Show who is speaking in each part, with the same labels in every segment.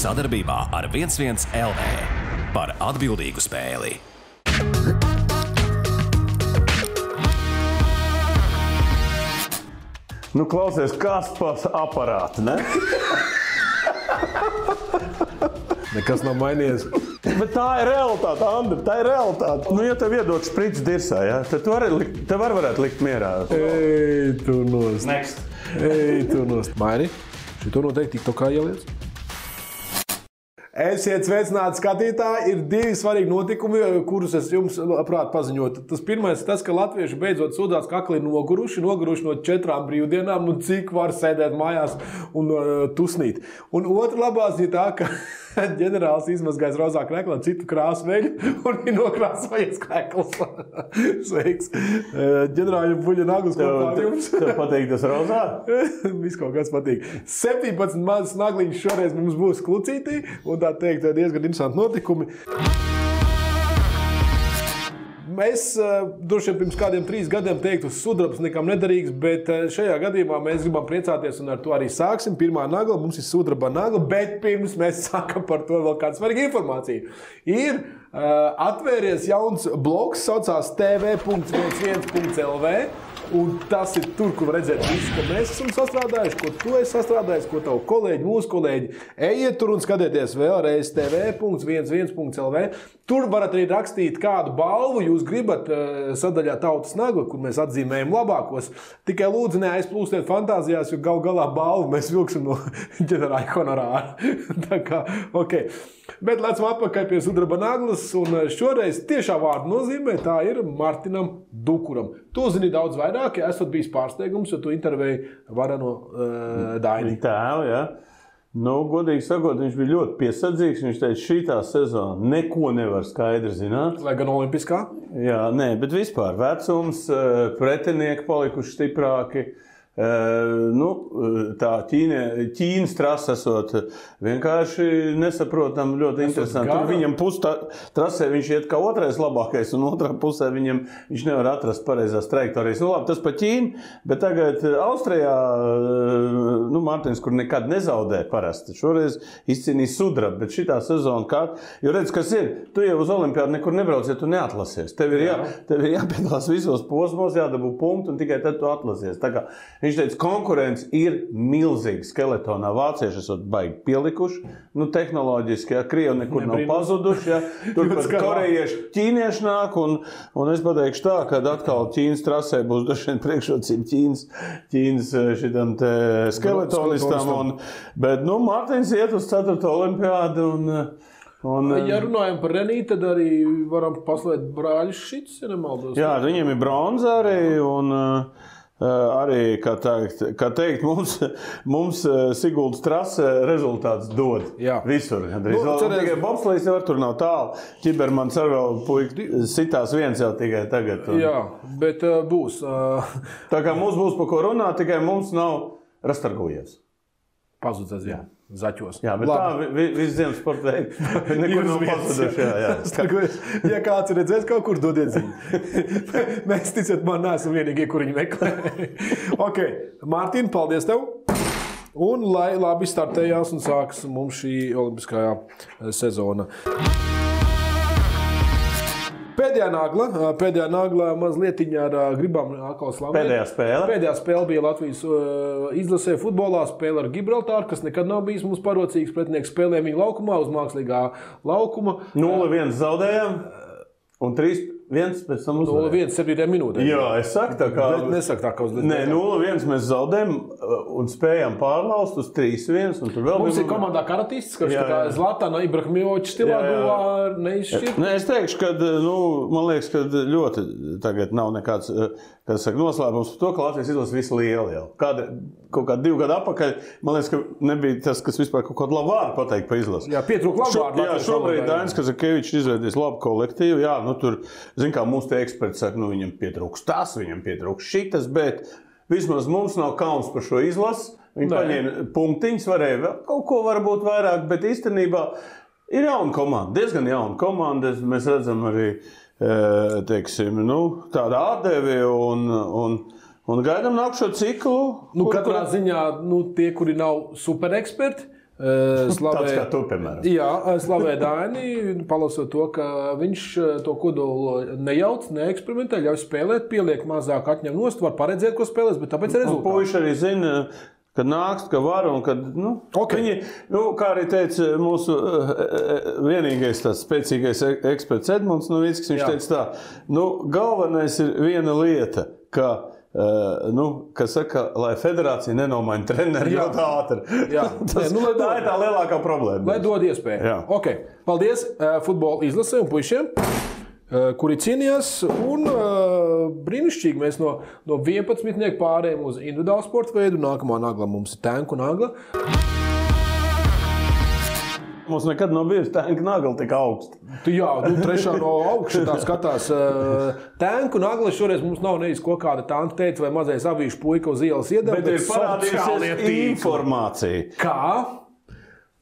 Speaker 1: sadarbībā ar 11 LV par atbildīgu spēli.
Speaker 2: Nu, klausies, kas pats aparāts, ne?
Speaker 3: Nekas nav mainījies.
Speaker 2: Bet tā ir realitāte, Andri, tā ir realitāte. Nu, ja tev iedod sprits dirsā, ja, tad tu arī likt, tev arī varētu likt mierā.
Speaker 3: Ej, tu nost.
Speaker 4: Next.
Speaker 3: Ej, tu nost. Maini. Šito noteikti tiktu kā ieliec. Esiet sveicināti, skatītāji. Ir divi svarīgi notikumi, kurus es jums labprāt paziņotu. Tas pirmais ir tas, ka latvieši beidzot sūdzās, ka kakli ir noguruši, noguruši no četrām brīvdienām, nu cik var sēdēt mājās un uh, tusnīt. Un otra labā ziņa tā, ka ģenerālis izmazgājis rozā krēklā citu krāsu veļu un ir nokrāsojis krēkls. Sveiks! Uh, Ģenerāļu buļļu nagus kopā ar
Speaker 2: Tev,
Speaker 3: jums!
Speaker 2: tev patīk tas rozā?
Speaker 3: Viss kaut kas patīk. 17 mazas nagliņas šoreiz mums būs klucītī, un tā teikt, diezgan interesanti notikumi. Mēs eh, droši vien pirms kādiem trīs gadiem teiktu, sudrabs nekam nederīgs, bet eh, šajā gadījumā mēs gribam priecāties un ar to arī sāksim. Pirmā nagla mums ir sudraba nagla, bet pirms mēs sākam par to vēl kādu svarīgu informāciju. Ir eh, atvēries jauns bloks, saucās tv.11.lv. Un tas ir tur, kur var redzēt, visu, ko mēs esam sastrādājuši, ko tu esi sastrādājis, ko tavu kolēģi, mūsu kolēģi. Ejiet tur un skatieties vēlreiz TV.11.CLV. Tur varat arī rakstīt, kādu balvu jūs gribat eh, sadaļā tautas nagla, kur mēs atzīmējam labākos. Tikai lūdzu, neaizplūstiet fantāzijās, jo gal galā balvu mēs vilksim no ģenerāla honorāra. Tā kā, okay. Bet lecam atpakaļ pie sudraba naglas, un eh, šoreiz tiešā vārda nozīmē tā ir Martinam Dukuram. Tu zini daudz vairāk, ja esat bijis pārsteigums, jo tu intervēji Varano uh, Daini.
Speaker 2: Tēvu, ja. Nu, godīgi sakot, viņš bija ļoti piesardzīgs. Viņš teica, šī tā sezona neko nevar skaidri zināt.
Speaker 3: Lai gan Olimpiskā.
Speaker 2: Jā, nē, bet vispār vecums, eh, pretinieki palikuši stiprāki. Eh, Nu, tā Ķīne, Ķīnas trasa esot eh, vienkārši nesaprotama, ļoti interesanti. Tur
Speaker 3: gara.
Speaker 2: viņam pusē trasē viņš iet kā otrais labākais, un otrā pusē viņam viņš nevar atrast pareizās trajektorijas. Nu, labi, tas pa Ķīnu, bet tagad Austrijā, eh, nu, Mārtiņš, kur nekad nezaudē parasti, šoreiz izcīnīja sudraba, bet šī sezona kā, jo redz, kas ir, tu jau uz olimpiādu nekur nebrauc, ja tu neatlasies. Tev ir jā, tev ir jāpiedalās visos posmos, jādabū punkti, un tikai tad tu atlasies. Tā kā Viņš teica, konkurence ir milzīga skeletonā. Vācieši esat baigi pielikuši, nu, tehnoloģiski, ja krievi nekur Nebrīnum.
Speaker 3: Nebrīnums.
Speaker 2: nav pazuduši. Ja, Turpat
Speaker 3: Jūtas kā-
Speaker 2: korejieši, ķīnieši nāk, un, un es pateikšu tā, ka atkal Ķīnas trasē būs droši vien priekšrocība Ķīnas, Ķīnas eh, šitam te skeletonistam.
Speaker 3: Skeletonistam.
Speaker 2: Un, bet, nu, Mārtiņš iet uz 4. olimpiādu. Un, un, eh,
Speaker 3: Ja runājam par Renīti, tad arī varam paslēgt brāļus šits, ja nemaldos.
Speaker 2: Jā, viņiem ir bronza arī. Un, uh, Arī, kā teikt, kā teikt mums, mums Sigūda strāsa rezultāts dod.
Speaker 3: Jā.
Speaker 2: Visur. Nu,
Speaker 3: Nu, cerēsim.
Speaker 2: tikai Bobslēdz jau tur nav tālu. Čibermans arī vēl puikas sitās viens jau tikai tagad. Un,
Speaker 3: Jā, bet uh, būs. Uh,
Speaker 2: tā kā mums būs par ko runāt, tikai mums nav rastargojies.
Speaker 3: pazudis, jā. Zaķos.
Speaker 2: Jā, bet Labi. tā vi, vi, viss dienas sporta veids. Nekur nav pazuduši. jā, jā.
Speaker 3: Starkojas, ja kāds ir redzējis, kaut kur dodiet ziņu. Mēs ticam, man neesam vienīgie, kur viņi meklē. ok, Mārtiņ, paldies tev! Un lai labi startējās un sākas mums šī olimpiskā eh, sezona. Pēdējā nagla, eh, pēdējā nagla mazliet ar eh, gribām atkal slavēt.
Speaker 2: Pēdējā spēle.
Speaker 3: Pēdējā spēle bija Latvijas eh, izlasē futbolā, spēle ar Gibraltāru, kas nekad nav bijis mums parocīgs pretinieks. Spēlējām viņu laukumā, uz mākslīgā laukuma.
Speaker 2: 0-1 zaudējām un 3-1 pēc tam uzvarējām.
Speaker 3: 0,1 7 minūtē.
Speaker 2: Jā, es saku, tā kā.
Speaker 3: Bet nesaka tā, ka uz
Speaker 2: Nē, 0-1 mēs zaudējām uh, un spējām pārlaust uz 3-1. un tur vēl
Speaker 3: nu, Mums
Speaker 2: bija-
Speaker 3: ir komandā karatists, kurš
Speaker 2: Jā,
Speaker 3: tā kā
Speaker 2: jā.
Speaker 3: Zlatana Ibrahimoviča stilā
Speaker 2: Jā, jā.
Speaker 3: guvā neizšķirt.
Speaker 2: Nē, es teikšu, ka nu, man liekas, ka ļoti tagad nav nekāds uh, kā saka, noslēpums par to, ka Latvijas izlase visu lielu jau. Kāda, kaut kāda divu gadu atpakaļ, man liekas, ka nebija tas, kas vispār kaut kādu labu vārdu pateikt par izlasi.
Speaker 3: Jā, pietrūka labu
Speaker 2: Šo-
Speaker 3: vārdu
Speaker 2: Jā,
Speaker 3: Latvijas
Speaker 2: šobrīd
Speaker 3: valodā, jā.
Speaker 2: Dainis Kazakevičs izveidīs labu kolektīvu. Jā, nu tur, zin kā mūsu te eksperti saka, nu viņam pietrūks tas, viņam pietrūks šitas, bet vismaz mums nav kauns par šo izlasi. Viņi
Speaker 3: Nē.
Speaker 2: paņēma punktiņus, varēja vēl kaut ko varbūt vairāk, bet īstenībā ir jauna komanda, diezgan jauna komanda. Mēs redzam arī eh, teiksim, nu, tādu atdevi un, un, un gaidām nākamo ciklu.
Speaker 3: Nu,
Speaker 2: kur-
Speaker 3: katrā
Speaker 2: kur-
Speaker 3: ziņā nu, tie, kuri nav supereksperti, eh,
Speaker 2: Tāds
Speaker 3: Slavē,
Speaker 2: kā tu, piemēram.
Speaker 3: Jā, eh, slavē Dāni, palasot to, ka viņš eh, to kodolu nejauc, neeksperimentē, ļauj spēlēt, pieliek mazāk, atņem nost, var paredzēt, ko spēlēs, bet tāpēc ir rezultāts.
Speaker 2: Puisši arī zina, kad nāks, ka var un kad. Nu,
Speaker 3: Ok.
Speaker 2: Viņi, nu, kā arī teica mūsu eh, eh, vienīgais tāds spēcīgais e- eksperts Edmunds Novickis, viņš Jā.
Speaker 3: Jā.
Speaker 2: teica tā, nu, galvenais ir viena lieta, ka, eh, nu, ka saka, lai federācija nenomaina treneri
Speaker 3: Jā.
Speaker 2: ļoti ātri.
Speaker 3: Jā.
Speaker 2: Tas,
Speaker 3: Nē, nu, lai
Speaker 2: tā
Speaker 3: dod.
Speaker 2: ir tā lielākā problēma.
Speaker 3: Lai dod iespēju.
Speaker 2: Jā.
Speaker 3: Okay. Paldies eh, futbola izlasē un puišiem, eh, kuri cīnījās. Un eh, brīnišķīgi mēs no, no 11. pārējām uz individuālu sporta veidu. Nākamā nagla mums ir tēnku nagla.
Speaker 2: Mums nekad nav bijusi tā nagla tik augsta.
Speaker 3: Tu, jā, nu, trešā no augšas tā skatās. eh, Tēnku nagla šoreiz mums nav nevis ko kāda tāda teica vai mazais avīšu puika uz ielas iedeva.
Speaker 2: Bet ir
Speaker 3: sociālie
Speaker 2: parādījusies
Speaker 3: tīkli.
Speaker 2: informācija.
Speaker 3: kā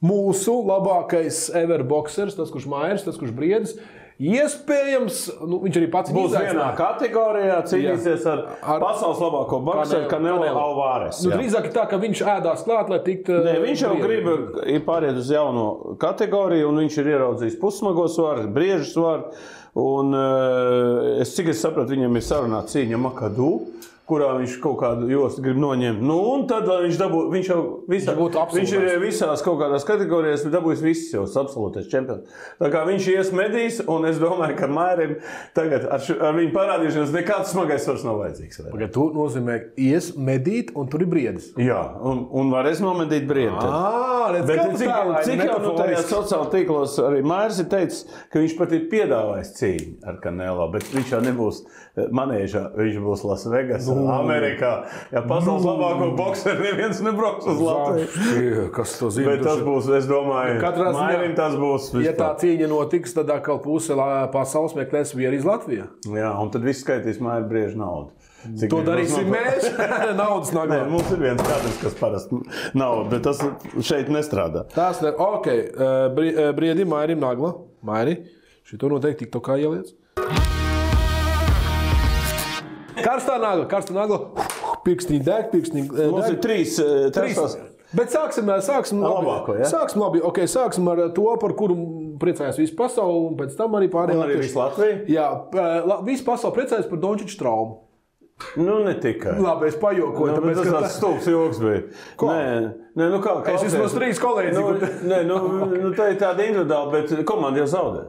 Speaker 3: mūsu labākais everboxers, tas, kurš mājās, tas, kurš briedis. Iespējams, nu, viņš arī pats
Speaker 2: Būs
Speaker 3: izaicināja.
Speaker 2: vienā kategorijā cīnīsies ar,
Speaker 3: Ar-
Speaker 2: ar pasaules labāko
Speaker 3: Kanelo-
Speaker 2: boxeru, Kanelo
Speaker 3: Kanelo.
Speaker 2: Alvarez.
Speaker 3: Nu,
Speaker 2: jā.
Speaker 3: drīzāk ir tā, ka viņš ēdās klāt, lai eh, tiktu.
Speaker 2: Nē, viņš jau grib ir pāriet uz jauno kategoriju, un viņš ir ieraudzījis pussmago svaru, briežu svaru. Un, eh, es, cik es sapratu, viņam ir sarunāta cīņa Makadu, kurā viņš kaut kādu jostu grib noņemt. Nu, un tad lai viņš, dabū, viņš jau visā,
Speaker 3: Viņš būtu absolūtais.
Speaker 2: viņš ir visās kaut kādās kategorijās, dabūjis visus jau absolūtais čempions. Tā kā viņš ies medīs, un es domāju, ka Mairim tagad ar, šo, ar viņu parādīšanos nekāds smagais svars nav vajadzīgs. vairs.
Speaker 3: Pagaidā, tu nozīmē, ies medīt, un tur ir briedis.
Speaker 2: Jā, un, un varēs nometīt brīdi. tad.
Speaker 3: Ah, redz,
Speaker 2: Bet
Speaker 3: kā
Speaker 2: cik,
Speaker 3: tālaini,
Speaker 2: cik jau nu, tajā
Speaker 3: metaforiski.
Speaker 2: sociālajā tīklos arī Mairs ir teicis, ka viņš pat ir piedāvājis cīņu ar Kanelo, bet viņš jau nebūs eh, manēžā, viņš būs Lasvegas,
Speaker 3: Nu.
Speaker 2: no. Amerikā. Ja pasaules labāko bokseru neviens nebrauks uz Latviju.
Speaker 3: Zā, Kas to zina?
Speaker 2: Bet tas būs, es domāju,
Speaker 3: Nu, Katrā ziņā-
Speaker 2: Mairim tas būs.
Speaker 3: Ja tā
Speaker 2: vispār.
Speaker 3: cīņa notiks, tad atkal puse la- pasaules meklēs vieru iz Latviju.
Speaker 2: Jā, un tad viss skaitīs Maira briežu naudu. Cik
Speaker 3: To
Speaker 2: viņš
Speaker 3: darīsim
Speaker 2: būs nopelnījis.
Speaker 3: mēs. Naudas
Speaker 2: nu, Nē,
Speaker 3: nāk.
Speaker 2: mums ir viens kadrs, kas parasti nav, bet tas šeit nestrādā.
Speaker 3: Tās ir ok. eh, bri- eh, Briedi, Mairi, Nagla. Mairi, šito noteikti tiktu kā ieliec. Karstā nagla, karstā nagla. Pirkstiņa deg, pirkstiņa eh,
Speaker 2: Mums
Speaker 3: deg.
Speaker 2: ir trīs, eh,
Speaker 3: Trīs.
Speaker 2: tās-
Speaker 3: Bet sāksim, eh, sāksim, labi.
Speaker 2: labāko, ja?
Speaker 3: sāksim, labi. Okay, sāksim ar eh, to, par kuru priecājās visa pasaule, un pēc tam arī pārējie.
Speaker 2: Un arī
Speaker 3: latvieši.
Speaker 2: viss Latvija?
Speaker 3: Jā, eh, la- visa pasaule priecājās par Dončiča traumu.
Speaker 2: Nu, ne tikai.
Speaker 3: Labi, es pajokoju.
Speaker 2: Nu, bet
Speaker 3: tāpēc,
Speaker 2: tas
Speaker 3: ka
Speaker 2: tāds stulbs joks bija.
Speaker 3: Ko?
Speaker 2: Nē, nē, nu kā, kā
Speaker 3: Es vismaz trīs kolēģis,
Speaker 2: Nu,
Speaker 3: kur-
Speaker 2: nē, nu, nu, tā ir tāda individuāla, bet komanda jau zaudē.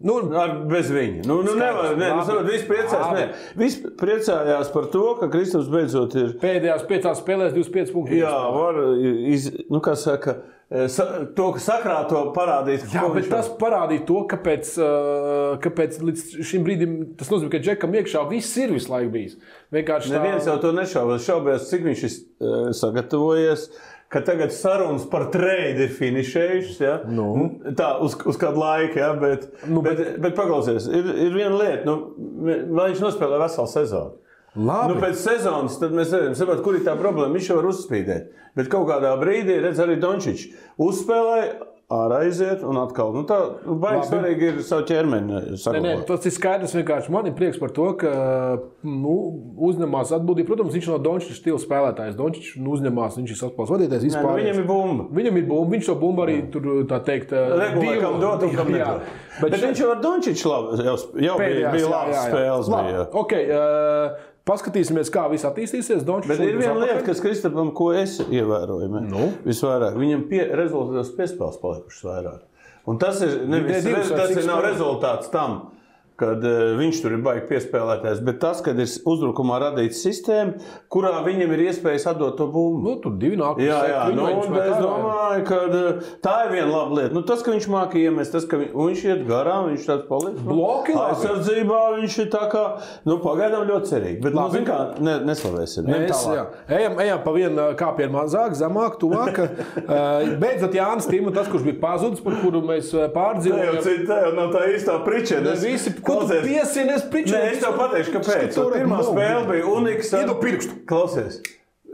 Speaker 3: Nu,
Speaker 2: Ar, bez viņa. Nu, nu,
Speaker 3: Skaidrs,
Speaker 2: nevar, nē,
Speaker 3: labi.
Speaker 2: nu, saprot, visi priecājās,
Speaker 3: Labi.
Speaker 2: nē, visi priecājās par to, ka Kristofers beidzot ir.
Speaker 3: pēdējās piecās spēlēs 25 punktus.
Speaker 2: Jā, var iz, nu, kā saka, eh, sa, to, ka sakrāto parādīt.
Speaker 3: Jā,
Speaker 2: ko
Speaker 3: bet
Speaker 2: viņš
Speaker 3: tas parādīja to, kāpēc, ā, kāpēc līdz šim brīdim tas nozīmē, ka džekam iekšā viss ir visu laiku bijis. Vienkārši tā-
Speaker 2: Neviens jau to nešaubās. Šaubījās, cik viņš ir eh, sagatavojies. Ka tagad sarunas par treidu ir finišējušas. Ja? Nu. Tā uz, uz kādu laiku, ja? bet, nu, bet, bet, bet paklausieties, ir, ir viena lieta, nu, lai viņš nospēlē veselu sezonu.
Speaker 3: Labi.
Speaker 2: Nu, pēc sezonas tad mēs redzam, saprot, kur ir tā problēma. Viņš jau var uzspīdēt. Bet kaut kādā brīdī redz arī Dončičs. Uzspēlēja, ārā aiziet un atkal. Nu, tā nu, baigi
Speaker 3: Labi.
Speaker 2: svarīgi ir savu ķermeni eh,
Speaker 3: Nē, nē,
Speaker 2: saglabāt.
Speaker 3: tas ir skaidrs. vienkārši. Man ir prieks par to, ka nu, uzņemās atbildību. Protams, viņš nav Dončis stila spēlētājs. Dončis nu, uzņemās, viņš ir saspēles vadītājs.
Speaker 2: Nē, nu, Viņam ir bumba.
Speaker 3: Viņam ir bumba, viņš to bumbu arī tur, tā teikt, eh,
Speaker 2: Regulāri, kam dot un kam
Speaker 3: jā.
Speaker 2: nedot.
Speaker 3: Bet
Speaker 2: Bet, bet viņš jau ar Dončiču labi- jau, sp- jau bija, bija labs spēles. Bija.
Speaker 3: Okay, uh, paskatīsimies, kā viss attīstīsies. Dončis
Speaker 2: Bet ir viena lieta, kas Kristapam, ko es ievēroju, nu? visvairāk, viņam pie, rezultātos piespēles palikušas vairāk. Un tas ir,
Speaker 3: Vidē
Speaker 2: nevis,
Speaker 3: divas
Speaker 2: re,
Speaker 3: vai
Speaker 2: tas
Speaker 3: cik
Speaker 2: ir nav
Speaker 3: spēlē?
Speaker 2: rezultāts tam, kad uh, viņš tur ir baigi piespēlēties, bet tas, kad ir uzbrukumā radīta sistēma, kurā viņam ir iespējas atdot to bumbu.
Speaker 3: Nu, tur divi nāk.
Speaker 2: Jā,
Speaker 3: sekt,
Speaker 2: jā nu,
Speaker 3: viņmaiņas
Speaker 2: un
Speaker 3: vai
Speaker 2: es
Speaker 3: kā, vai?
Speaker 2: domāju, ka uh, tā ir viena laba lieta. Nu, tas, ka viņš māca iemest, tas, ka viņ, un viņš iet garām, viņš tāds paliek. nu,
Speaker 3: Bloki labi.
Speaker 2: aizsardzībā viņš ir tā kā, nu, pagaidām ļoti cerīgi. Bet, nu,
Speaker 3: Labi.
Speaker 2: zin kā, ne, neslavēsim. ejam
Speaker 3: Mēs
Speaker 2: tālāk.
Speaker 3: jā. ejam, ejam pa vienu kāpienu mazāk, zemāk, tuvāk. Eh, Beidzot, Jānis Tīma, tas, kurš bija pazudis, par kuru mēs
Speaker 2: Tā Nu,
Speaker 3: eh,
Speaker 2: jau,
Speaker 3: pārdzīvojām.
Speaker 2: cita- tā jau nav tā īstā
Speaker 3: Ne
Speaker 2: pričena.
Speaker 3: Visi, ko tu piesini, es
Speaker 2: Nē,
Speaker 3: pričinu?
Speaker 2: es tev pateikšu, kāpēc.
Speaker 3: Skatu,
Speaker 2: Pirmā
Speaker 3: nu,
Speaker 2: spēle bija Unikas.
Speaker 3: Iedu pirkstu.
Speaker 2: Klausies.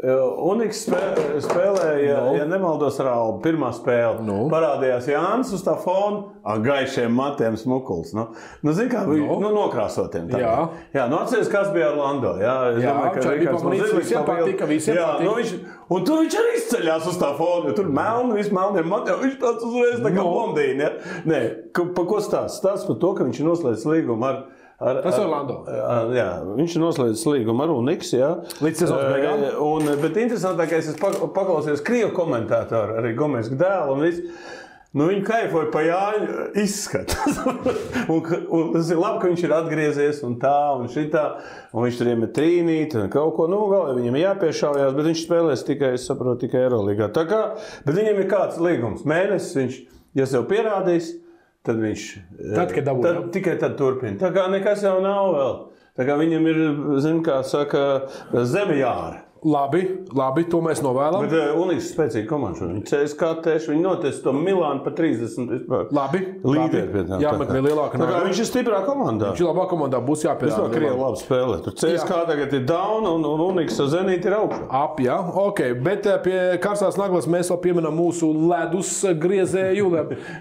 Speaker 2: Eh, Uniks spē- spēlēja, no. ja nemaldos, Rālu pirmā spēle.
Speaker 3: Nu.
Speaker 2: Parādījās Jānis uz tā fona ar gaišiem matiem, smukuls. Nu, nu zini, kā bija
Speaker 3: Nu.
Speaker 2: no. nu, nokrāsotiem. tagad.
Speaker 3: Jā.
Speaker 2: jā nu atceries, kas bija Orlando. Jā, es
Speaker 3: Jā,
Speaker 2: domāju, ka
Speaker 3: Čārli
Speaker 2: Rikards
Speaker 3: pamanīts,
Speaker 2: Mazilīks
Speaker 3: visiem
Speaker 2: tā bija-
Speaker 3: patika, visiem
Speaker 2: jā,
Speaker 3: patika.
Speaker 2: Nu, viņš, un tur viņš arī izceļās uz tā fona. jo Tur melni, viss melniem matiem. Viņš tāds uzreiz tā kā
Speaker 3: Nu.
Speaker 2: blondīni. Ja? Nē, ka, pa ko stāsts? Stāsts par to, ka viņš ir noslēdzis līgumu ar. ar
Speaker 3: Tas
Speaker 2: ar-
Speaker 3: Orlando.
Speaker 2: ar- Jā, viņš ir noslēdzis līgumu ar Uniks. Jā.
Speaker 3: Līdz
Speaker 2: Eh,
Speaker 3: sezonas beigām.
Speaker 2: Un, bet interesantākais, es pak- paklausījos Krievijas komentātoru, arī Gomes dēlu. un viss. Nu, viņa kaifoja par Jāņu izskatu. un, ka- un tas ir labi, ka viņš ir atgriezies un tā, un šitā. Un viņš tur iemet trīnīt un kaut ko. Nu, galā viņam ir jāpiešaujās, bet viņš spēlēs tikai, es saprotu, tikai Eirolandā. Tā kā, bet viņam ir kāds līgums. Mēnesis viņš, ja sev pierādīs, tad viņš. eh,
Speaker 3: Tad, kad dabū,
Speaker 2: tad,
Speaker 3: jā.
Speaker 2: tikai tad turpina. Tā kā nekas jau nav vēl. Tā kā viņam ir, zinām, kā saka, zeme jāra.
Speaker 3: Labi, labi, to mēs novēlam.
Speaker 2: Bet eh, Unīks ir spēcīga komanda. šodien. Viņa CSK tieši viņa notiesa to Milānu pa 30. vispār.
Speaker 3: Labi,
Speaker 2: Līderi
Speaker 3: labi.
Speaker 2: pie tā.
Speaker 3: Jāmeklē lielāka
Speaker 2: Tā kā
Speaker 3: nauda.
Speaker 2: viņš ir stiprā komandā.
Speaker 3: Šī labā komandā būs
Speaker 2: Viņš no Krievijas
Speaker 3: jāpierāda.
Speaker 2: labi spēlē. Tur CSK tagad ir down un, un Unīks ar Zenīti ir augšā.
Speaker 3: Ap, jā, ok. Bet eh, pie karstās naglas mēs vēl pieminam mūsu ledus griezēju.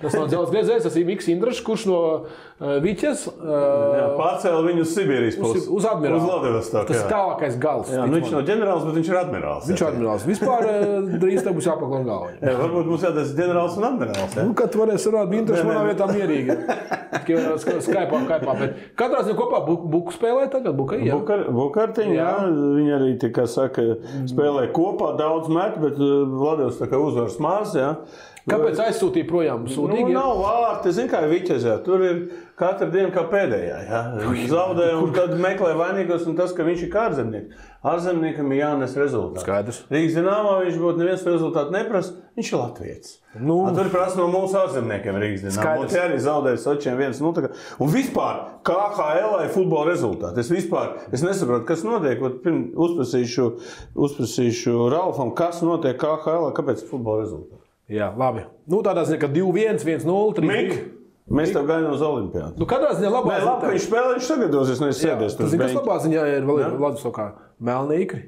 Speaker 3: Tas nav dzelzs griezējs, tas ir Mikls Indrašs, kurš no uh, Viķes uh,
Speaker 2: Pārcēlīja viņu uz Sibīrijas pusi.
Speaker 3: uz Admirāli.
Speaker 2: Uz Vladivostoku,
Speaker 3: Tas
Speaker 2: jā.
Speaker 3: ir tālākais gals.
Speaker 2: Jā, nu, viņš nav ģenerālis, bet viņš ir admirālis.
Speaker 3: Viņš
Speaker 2: jā.
Speaker 3: ir admirālis. Vispār eh, drīz te būs jāpaklāj galva.
Speaker 2: Jā, varbūt mums jātaisa ģenerālis un admirālis. jā.
Speaker 3: Nu, kad varēs runāt, bija
Speaker 2: Nē,
Speaker 3: interesanti.
Speaker 2: nē,
Speaker 3: Manā
Speaker 2: nē.
Speaker 3: vietā mierīgi. Tikai eh, Skype, Skype. Bet katrā ziņā kopā bu- buku spēlē tagad, buka, jā.
Speaker 2: Bukar, Bukartiņa, jā.
Speaker 3: Jā.
Speaker 2: Viņa arī tā kā saka, spēlē kopā daudz metu, bet uh, Vladivs tā kā uzvaras maz. Jā.
Speaker 3: Kāpēc aizsūtīja projām?
Speaker 2: Nu,
Speaker 3: Sūtīgi, jā?
Speaker 2: nav vārti, zin kā Viķezē, tur ir katra diena kā pēdējā. Jā. Zaudē un tad meklē vainīgos un tas, ka viņš ir kā ārzemnieks. Ārzemniekam ir jānes rezultāts.
Speaker 3: Skaidrs.
Speaker 2: Rīgas zināmā viņš būtu neviens rezultāts neprasa, viņš ir latviečs.
Speaker 3: Nu.
Speaker 2: Un tur prasa no mūsu ārzemniekiem Rīgas dīnāmā.
Speaker 3: Skaidrs.
Speaker 2: Tie arī zaudēja sočiem viens. Nu, tā kā- un vispār KHL ir futbola rezultāti. Es vispār es nesaprotu, kas notiek. Vat pirm- Uzprasīšu, uzprasīšu Ralfam, kas notiek KHL, kāpēc ir futbola rezultāti.
Speaker 3: jā, labi. Nu, tādā ziņā, ka 2-1, 1-0, 3-2.
Speaker 2: Mik, mēs tev gaidām uz olimpiādu.
Speaker 3: Nu, katrā ziņā labā
Speaker 2: Nē, labi, ka viņš spēlē, viņš sagatavosies, nevis
Speaker 3: Jā,
Speaker 2: sēdēs
Speaker 3: tu
Speaker 2: tur. uz
Speaker 3: zini, kas
Speaker 2: beņķa.
Speaker 3: labā ziņā ir vēl ir Vladislavā Melnīkri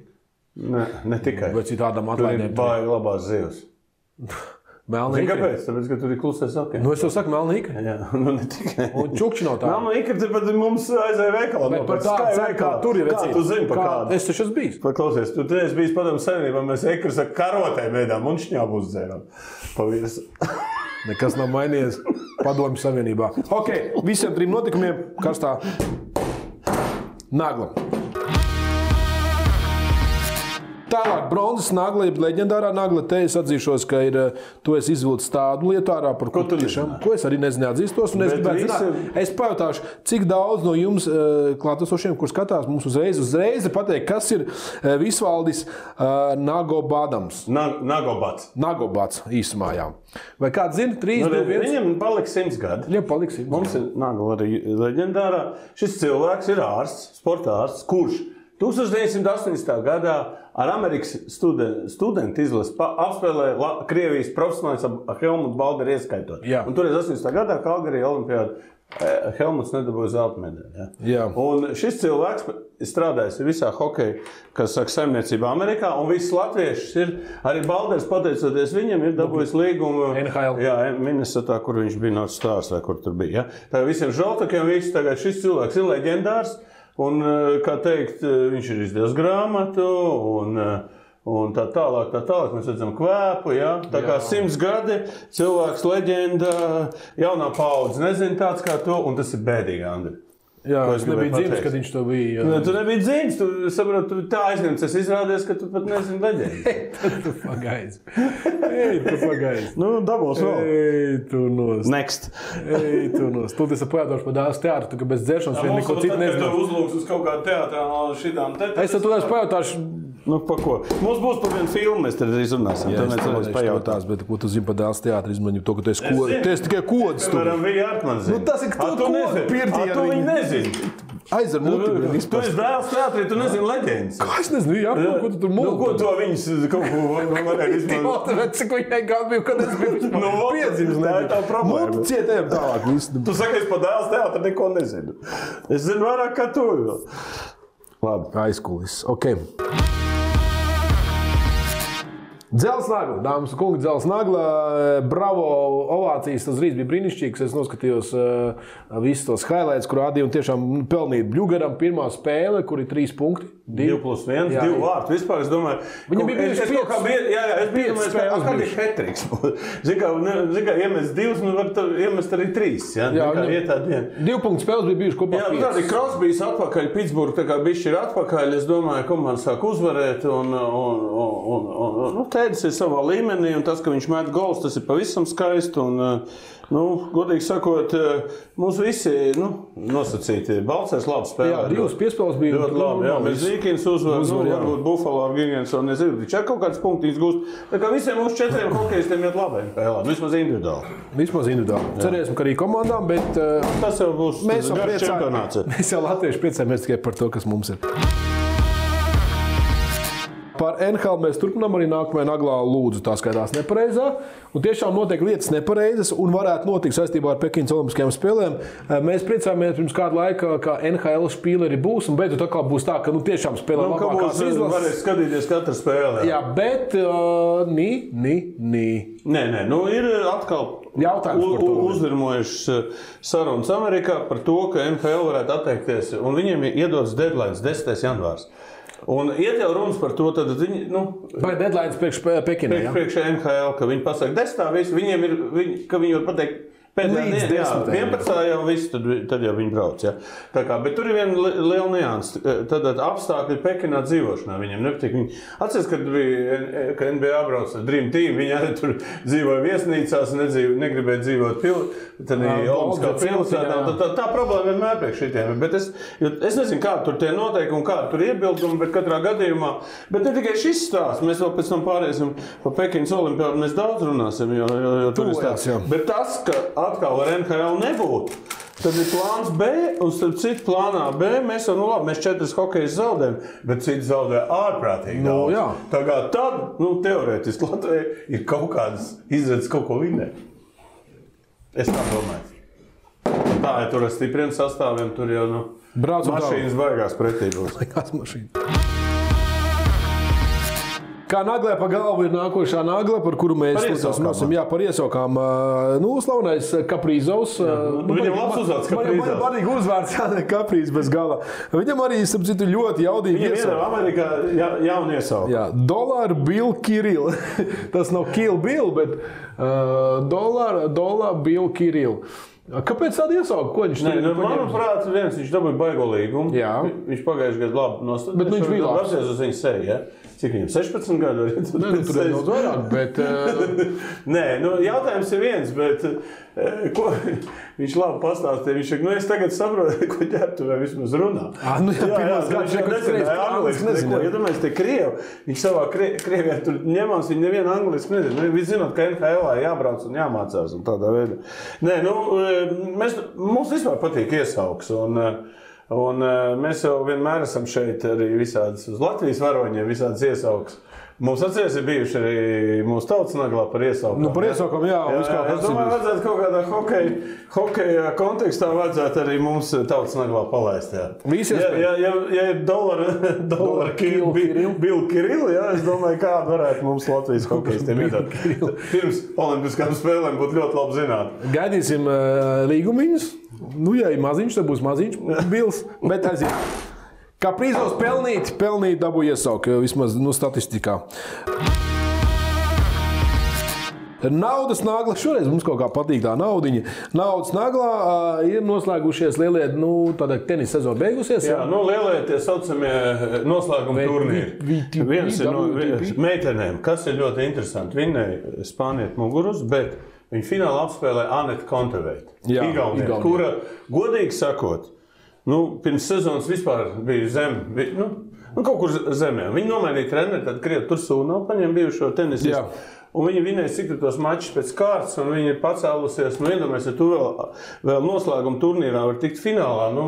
Speaker 2: Ne, ne tikai.
Speaker 3: vai citādām
Speaker 2: Tur ir
Speaker 3: atlaidēm.
Speaker 2: baigi labās zivs. Zini,
Speaker 3: Melnīkri.
Speaker 2: Kāpēc? Tāpēc, ka tur ir klusais okei.
Speaker 3: Nu, es jau saku Melnīkri.
Speaker 2: Jā, nu ne tikai.
Speaker 3: Un čukšķi nav tā.
Speaker 2: Nav nu, no ikra, tāpēc mums aizēja veikalā.
Speaker 3: Bet par
Speaker 2: nopirkt.
Speaker 3: tādu
Speaker 2: Skai
Speaker 3: cenu, kā
Speaker 2: veikalā.
Speaker 3: tur ir.
Speaker 2: Kā
Speaker 3: vecīt?
Speaker 2: tu zini par
Speaker 3: Kā-
Speaker 2: kādu?
Speaker 3: Es taču esmu bijis.
Speaker 2: Paklausies, tu reiz biji padomu savienībā, mēs ekras ar karotēm ēdām un šņābu uzdzērām. Pavies.
Speaker 3: Nekas nav mainījies Padomju Savienībā. Ok, visiem trim notikumiem karstā nagla. Tālāk, bronzas nagla, jeb leģendārā nagla. Te es atzīšos, ka ir, eh, tu esi izvilcis tādu lietu ārā, par ko,
Speaker 2: tu
Speaker 3: ko es arī nezināju. Atzīstos, un es
Speaker 2: Bet
Speaker 3: gribētu
Speaker 2: visi-
Speaker 3: zināt, es pajautāšu, cik daudz no jums eh, klātesošiem, kur skatās, mums uzreiz, uzreiz ir pateikt, kas ir eh, Visvaldis eh, Nagobādams.
Speaker 2: Na- Nagobats.
Speaker 3: Nagobāts īsumā, jā. Vai kāds zina? 3,
Speaker 2: Nu,
Speaker 3: 2,
Speaker 2: re,
Speaker 3: 1.
Speaker 2: Viņam paliks simts gadi.
Speaker 3: Viņam paliksim.
Speaker 2: Mums ir nagla arī leģendārā. Šis cilvēks ir ārsts, sporta ārsts, kurš 1980. gadā ar Amerikas studen, studentu izlasi pa- apspēlēja La- Krievijas profesionālis Helmuts Balderu ieskaitot.
Speaker 3: Jā.
Speaker 2: Un tur ir 80. gadā Kalgarī Olimpijāda eh, Helmuts nedabūja zelta medaļu. ja.
Speaker 3: Jā.
Speaker 2: Un šis cilvēks strādājis visā hokeja, kas saka, saimniecībā Amerikā, un viss latviešus ir arī Balders, pateicoties viņam, ir dabūjis līgumu
Speaker 3: NHL.
Speaker 2: Jā, Minnesotā, kur viņš bija no stāsta, vai kur tur bija. Ja? Tā kā visiem žaltakiem viss tagad šis cilvēks ir leģendārs, un, eh, kā teikt, eh, viņš ir izdevis grāmatu, un, eh, un tā tālāk, tā tālāk mēs redzam kvēpu, ja? tā kā simts gadi cilvēks leģenda, jaunā paudze nezina tāds kā to, un tas ir bēdīgi, Andri.
Speaker 3: Jā,
Speaker 2: Ko es
Speaker 3: es nebiju
Speaker 2: gribēju
Speaker 3: dzimis,
Speaker 2: pateikt?
Speaker 3: kad viņš to bija.
Speaker 2: Nu,
Speaker 3: jā.
Speaker 2: Tu nebija dzīves, tu saproti, tu tā aizņemts. Es izrādījos, ka tu pat nezini, leģenda.
Speaker 3: Tu pagaidi. Ej, tu pagaidi.
Speaker 2: Nu, dabūs
Speaker 3: Ej, tu nos.
Speaker 2: Next.
Speaker 3: Ej, tu nos. Tu esi pajautājuši par dāstu teātru, tu ka bez dzēršanas vien neko citu nezinu.
Speaker 2: uzlūks uz kaut kādu teātrālu šitām te.
Speaker 3: Es tev tādās pajautāšu.
Speaker 2: Nu, pa ko? Mums būs par vienu filmu, mēs tad arī runāsim. Tad mēs
Speaker 3: tev
Speaker 2: vēlamies pajautāt.
Speaker 3: pajautās, bet ko tu zini par dāstu teātru izmaiņu? To, ka tu esi, ko...
Speaker 2: zinu.
Speaker 3: tu esi tikai kods. Tu.
Speaker 2: Piemēram, Vija Artmans.
Speaker 3: Nu, tas ir kaut
Speaker 2: tu
Speaker 3: ko
Speaker 2: nezini.
Speaker 3: pirtī
Speaker 2: A,
Speaker 3: ar
Speaker 2: Tu
Speaker 3: viņu.
Speaker 2: viņu nezini.
Speaker 3: Aizver muti. bļa,
Speaker 2: nu, Tu
Speaker 3: vispār.
Speaker 2: esi dēls teātrī, tu nezini leģendas.
Speaker 3: Es nezinu, jā, ko, ko tu tur mūžā.
Speaker 2: Nu, ko to viņas kaut ko var- varēja izmantot?
Speaker 3: Cik viņai gadu bija, kad es biju
Speaker 2: Nu, vot,
Speaker 3: piedzimis?
Speaker 2: tā ir tā problēma.
Speaker 3: Mūti cietējam tālāk. nu, visu.
Speaker 2: Tu saki, es par dēls teātri neko nezinu. Es zinu vairāk, kā tu.
Speaker 3: Labi, aizkulis. Okay. Dzelzsnagla, dāmas un kungi, dzelzsnagla. Bravo, ovācijas tas rīts bija brīnišķīgs. Es noskatījos uh, visus tos highlights, kur Adija tiešām nu, pelnīja Bļūgaram pirmā spēle, kur ir trīs punkti.
Speaker 2: 2 plus 1,
Speaker 3: Jā,
Speaker 2: 2
Speaker 3: jā.
Speaker 2: vārtus. Vispār es domāju,
Speaker 3: Viņam
Speaker 2: kaut-
Speaker 3: bija bijuši
Speaker 2: es- es kaut
Speaker 3: piecas-
Speaker 2: kā bie- Jā, jā, es biju
Speaker 3: piecas
Speaker 2: domājis,
Speaker 3: spēles
Speaker 2: ka tas ir
Speaker 3: bijušas.
Speaker 2: hetriks. Ziniet, kā iemest divus, nu var tev iemest arī trīs. Jā, jā kā
Speaker 3: viņam-
Speaker 2: iet tādā dienā.
Speaker 3: Divu punktu spēles bija bijušas kopā.
Speaker 2: Jā, nu,
Speaker 3: piecas.
Speaker 2: tādi Krosbīs atpakaļ, Pitsburgā tā kā bišķi ir atpakaļ. Es domāju, komanda sāk uzvarēt, un, un, un, un, un, un nu, tēdzis ir savā līmenī, un tas, ka viņš met gols, tas ir pavisam skaisti. Un, eh, nu, godīgi sakot, eh, mums visi nu, nosacīti Balcēs labi spēlē.
Speaker 3: Jā, divas piespēles bija
Speaker 2: Ļoti
Speaker 3: nu,
Speaker 2: labi. Jā,
Speaker 3: nu,
Speaker 2: mēs
Speaker 3: viss.
Speaker 2: Zīkins uzvar, nu,
Speaker 3: Uzvar, jā.
Speaker 2: varbūt Buffalo ar Gigants un nezinu, viņš ir kaut kāds punktīgs gūst. Tā kā visiem mūsu četriem hokeistiem iet labi spēlēt, vismaz individuāli.
Speaker 3: Vismaz individuāli. Cerēsim, ka arī komandām, bet uh,
Speaker 2: Tas jau būs
Speaker 3: mēs jau
Speaker 2: garš
Speaker 3: priecājamies.
Speaker 2: čempionāts.
Speaker 3: Mēs jau latvieši priecājamies tikai par to, kas mums ir. Par NHL mēs turpinām arī nākamajā naglā. Lūdzu, tā skaitās nepareizā. Un tiešām notiek lietas nepareizas un varētu notikt saistībā ar Pekinas Olimpiskajām spēlēm. Eh, Mēs priecājāmies pirms kāda laika, ka NHL spīleri būs un beidzot atkal būs tā, ka nu, tiešām spēlē
Speaker 2: Nu, kā
Speaker 3: labākās
Speaker 2: būs
Speaker 3: izlases.
Speaker 2: varēs skatīties katru spēli.
Speaker 3: Jā, bet uh, nī, nī, nī.
Speaker 2: Nē, nē, nu ir atkal
Speaker 3: Jautājums par to.
Speaker 2: uzrunājušas eh, sarunas Amerikā par to, ka NHL varētu atteikties. un Viņiem ir iedots deadline 10. janvārs. Un iet jau runas par to, tad viņi. Nu,
Speaker 3: Vai deadline priekš Pe- Pekinai?
Speaker 2: Priekš,
Speaker 3: ja?
Speaker 2: priekšā NHL, ka viņi pasaka, desmitā viss, viņiem ir, viņi, ka viņi var pateikt, pēdējā
Speaker 3: Līdz
Speaker 2: dienā, jā,
Speaker 3: desmitajai.
Speaker 2: 11. jau viss, tad, vi- tad jau viņi brauc. Jā. Tā kā, bet tur ir viena li- liela nianses. Tad tad apstākļi Pekinā dzīvošanā viņiem nepatīk. Viņi, Atceries, kad bija N- eh, ka NBA brauc ar Dream Team, viņi arī tur dzīvoja viesnīcās, nedzīvo, negribēja dzīvot pil, tad,
Speaker 3: Jā,
Speaker 2: Olimpiskā
Speaker 3: Valdes
Speaker 2: pilsētā.
Speaker 3: pilsētā, jā.
Speaker 2: un Nu, Tā, tā problēma vienmēr ir šitiem. Bet es, jo es nezinu, kāda tur tie noteikumi, kāda tur iebildumi, bet katrā gadījumā. Bet ne tikai šis stāsts, mēs vēl pēc tam pāriesim par Pekinas olimpiādu, mēs daudz runāsim, jo, jo, jo tur ir
Speaker 3: Tuvojās,
Speaker 2: stāsts.
Speaker 3: jā.
Speaker 2: Bet tas, ka atkal ar NHL nebūtu. Tad ir plāns B, un starp citu, plānā B mēs jau, nu, labi, mēs četras hockey zaudējam, bet citi zaudē ārprātīgi.
Speaker 3: Nu,
Speaker 2: daudz.
Speaker 3: jā.
Speaker 2: Tā kā tad, nu, teorētiski Latvijai ir kaut kādas izredzes kaut ko vinēt. Es tā domāju. Tā ir tur ar stipriem sastāviem. Tur jau nu,
Speaker 3: Brauc un
Speaker 2: mašīnas baigās pretī. būs.
Speaker 3: Kas mašīna? Kā naglē pa galvu ir nākošā nagla, par kuru mēs
Speaker 2: Par iesaukām.
Speaker 3: runāsim. Jā, par iesaukām. ā, Nu, slavenais Caprīzovs. Nu,
Speaker 2: Viņam labs uzvārds, Kaprizovs.
Speaker 3: Viņam arī uzvārds, jā, ne Caprīzs bez gala. Viņam arī, starp citu, ļoti jaudīgi
Speaker 2: Viņam ir
Speaker 3: iesaukums.
Speaker 2: Amerikā ja, jauna iesauka.
Speaker 3: Jā, dolāra Bill Kirill. Tas nav Kill Bill, bet uh, dolāra dolā Bill Kirill. Kāpēc tāda iesauka? Ko viņš
Speaker 2: Nē,
Speaker 3: tur ir
Speaker 2: nu,
Speaker 3: paņēmis?
Speaker 2: manuprāt, viens viņš dabūja baigo līgumu.
Speaker 3: Jā.
Speaker 2: Vi- Viņš pagājušajā gadā labi nostājās.
Speaker 3: Bet nu, viņš bija labs.
Speaker 2: Apsies uz viņu seju. Ja? Cik viņam 16 gadu? arī tur
Speaker 3: Nē, nu, Tur ir daudz vairāk, bet. ā,
Speaker 2: Nē, nu, jautājums ir viens, bet eh, ko, viņš labi pastāstīja. Viņš saka, nu, es tagad saprotu, ko ģērbtuvē vismaz runā.
Speaker 3: Ā, nu jā, pirmās gadus, kad krievis
Speaker 2: nezināja
Speaker 3: angliski
Speaker 2: angliski.
Speaker 3: nezināja.
Speaker 2: Nezinu. Iedomājieties, tie krievi, viņi savā krie- krievijā tur ņemās, viņi nevienu angliski nezina. Nu, Viņi zinot, ka NHL -ā jābrauc un jāmācās un tādā veidā. Nē, nu, eh, mēs, mums vispār patīk iesauks. Un, eh, Un eh, mēs jau vienmēr esam šeit, arī visādas uz Latvijas varoņiem, visādas iesaukas. Mums atceries, ir bijuši arī mūsu tautas naglā par iesauku.
Speaker 3: Nu, par iesaukumiem, jā,
Speaker 2: jā,
Speaker 3: viss
Speaker 2: jā,
Speaker 3: kaut
Speaker 2: es
Speaker 3: kas ir
Speaker 2: domāju,
Speaker 3: bijis.
Speaker 2: vajadzētu kaut kādā hokeja, hokeja kontekstā vajadzētu arī mums eh, tautas naglā palaist. Jā.
Speaker 3: Visi
Speaker 2: ja,
Speaker 3: iespēja.
Speaker 2: ja, ja, ja ir dolāra, dolāra
Speaker 3: Kill, Kirill.
Speaker 2: Kirill, jā, es domāju, kāda varētu mums Latvijas hokeistiem iedot. Pirms olimpiskām spēlēm būtu ļoti labi zināt.
Speaker 3: Gaidīsim uh, līgumiņus. Nu, ja ir maziņš, tad būs maziņš bils. Bet aiziet. Kā prīzos pelnīt, pelnīt dabu iesauku, vismaz nu, statistikā. Naudas nagla, šoreiz mums kaut kā patīk tā naudiņa. Naudas naglā uh, ir noslēgušies lielie, nu, tāda tenisa sezona beigusies.
Speaker 2: Jā, nu, lielie tie saucamie eh, noslēguma
Speaker 3: Vai
Speaker 2: turnīri.
Speaker 3: VTP,
Speaker 2: Viens ir no
Speaker 3: WTP?
Speaker 2: viens- meitenēm, kas ir ļoti interesanti. Viņa spāniet mugurus, bet viņa finālā apspēlē Anētu Konteveita.
Speaker 3: Jā,
Speaker 2: Igaunieti,
Speaker 3: Igaunieti.
Speaker 2: kura, godīgi sakot, nu, pirms sezonas vispār bija zem. Bija, nu, nu, kaut kur z- zemē. Viņi nomainīja treniņu, tad krievi tur sūno, paņēma bijušo tenisu.
Speaker 3: Jā.
Speaker 2: Un viņi vinēja cik tur tos mačus pēc kārtas, un viņi ir pacēlusies. Nu, iedomājieties, ja tu vēl, vēl noslēguma turnīrā vari tikt finālā, nu,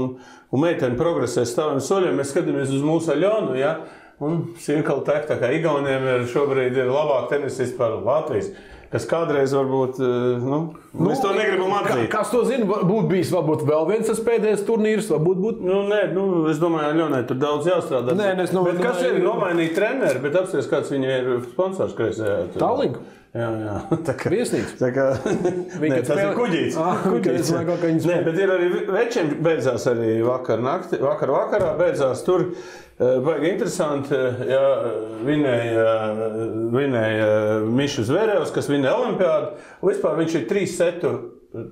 Speaker 2: un, un meitene progresē stāviem soļiem. Mēs skatāmies uz mūsu aļonu. Ja? Un sīkāli tā, tā kā Igauniem ir šobrīd ir labāk tenisists par Latvijas. kas kādreiz varbūt eh, nu, nu, mēs to negribam
Speaker 3: Ka-
Speaker 2: atzīt.
Speaker 3: Kas to zina? Būtu bijis varbūt vēl viens tas pēdējais turnīrs, varbūt būtu.
Speaker 2: Nu, nē, nu, es domāju, Leonai, tur daudz jāstrādā.
Speaker 3: Nē, nē, es
Speaker 2: nu,
Speaker 3: domāju,
Speaker 2: bet kas
Speaker 3: domāju-
Speaker 2: ir nomainīt treneri, bet apsties, kāds viņa ir sponsors kreisajā. tur.
Speaker 3: Tallink?
Speaker 2: Jā, jā. Tā kā,
Speaker 3: Viesnīca?
Speaker 2: Tā kā, nē,
Speaker 3: kad
Speaker 2: tas
Speaker 3: spēlē-
Speaker 2: ir kuģis.
Speaker 3: Ah, kad es domāju, ka viņi
Speaker 2: Nē, bet ir arī večiem beidzās arī vakar nakti, vakar vakarā beidzās tur. eh, Baigi interesanti, eh, ja vinēja, eh, vinēja Mišu Zverevs, kas vinēja Olimpiādu. Vispār viņš ir trīs setu,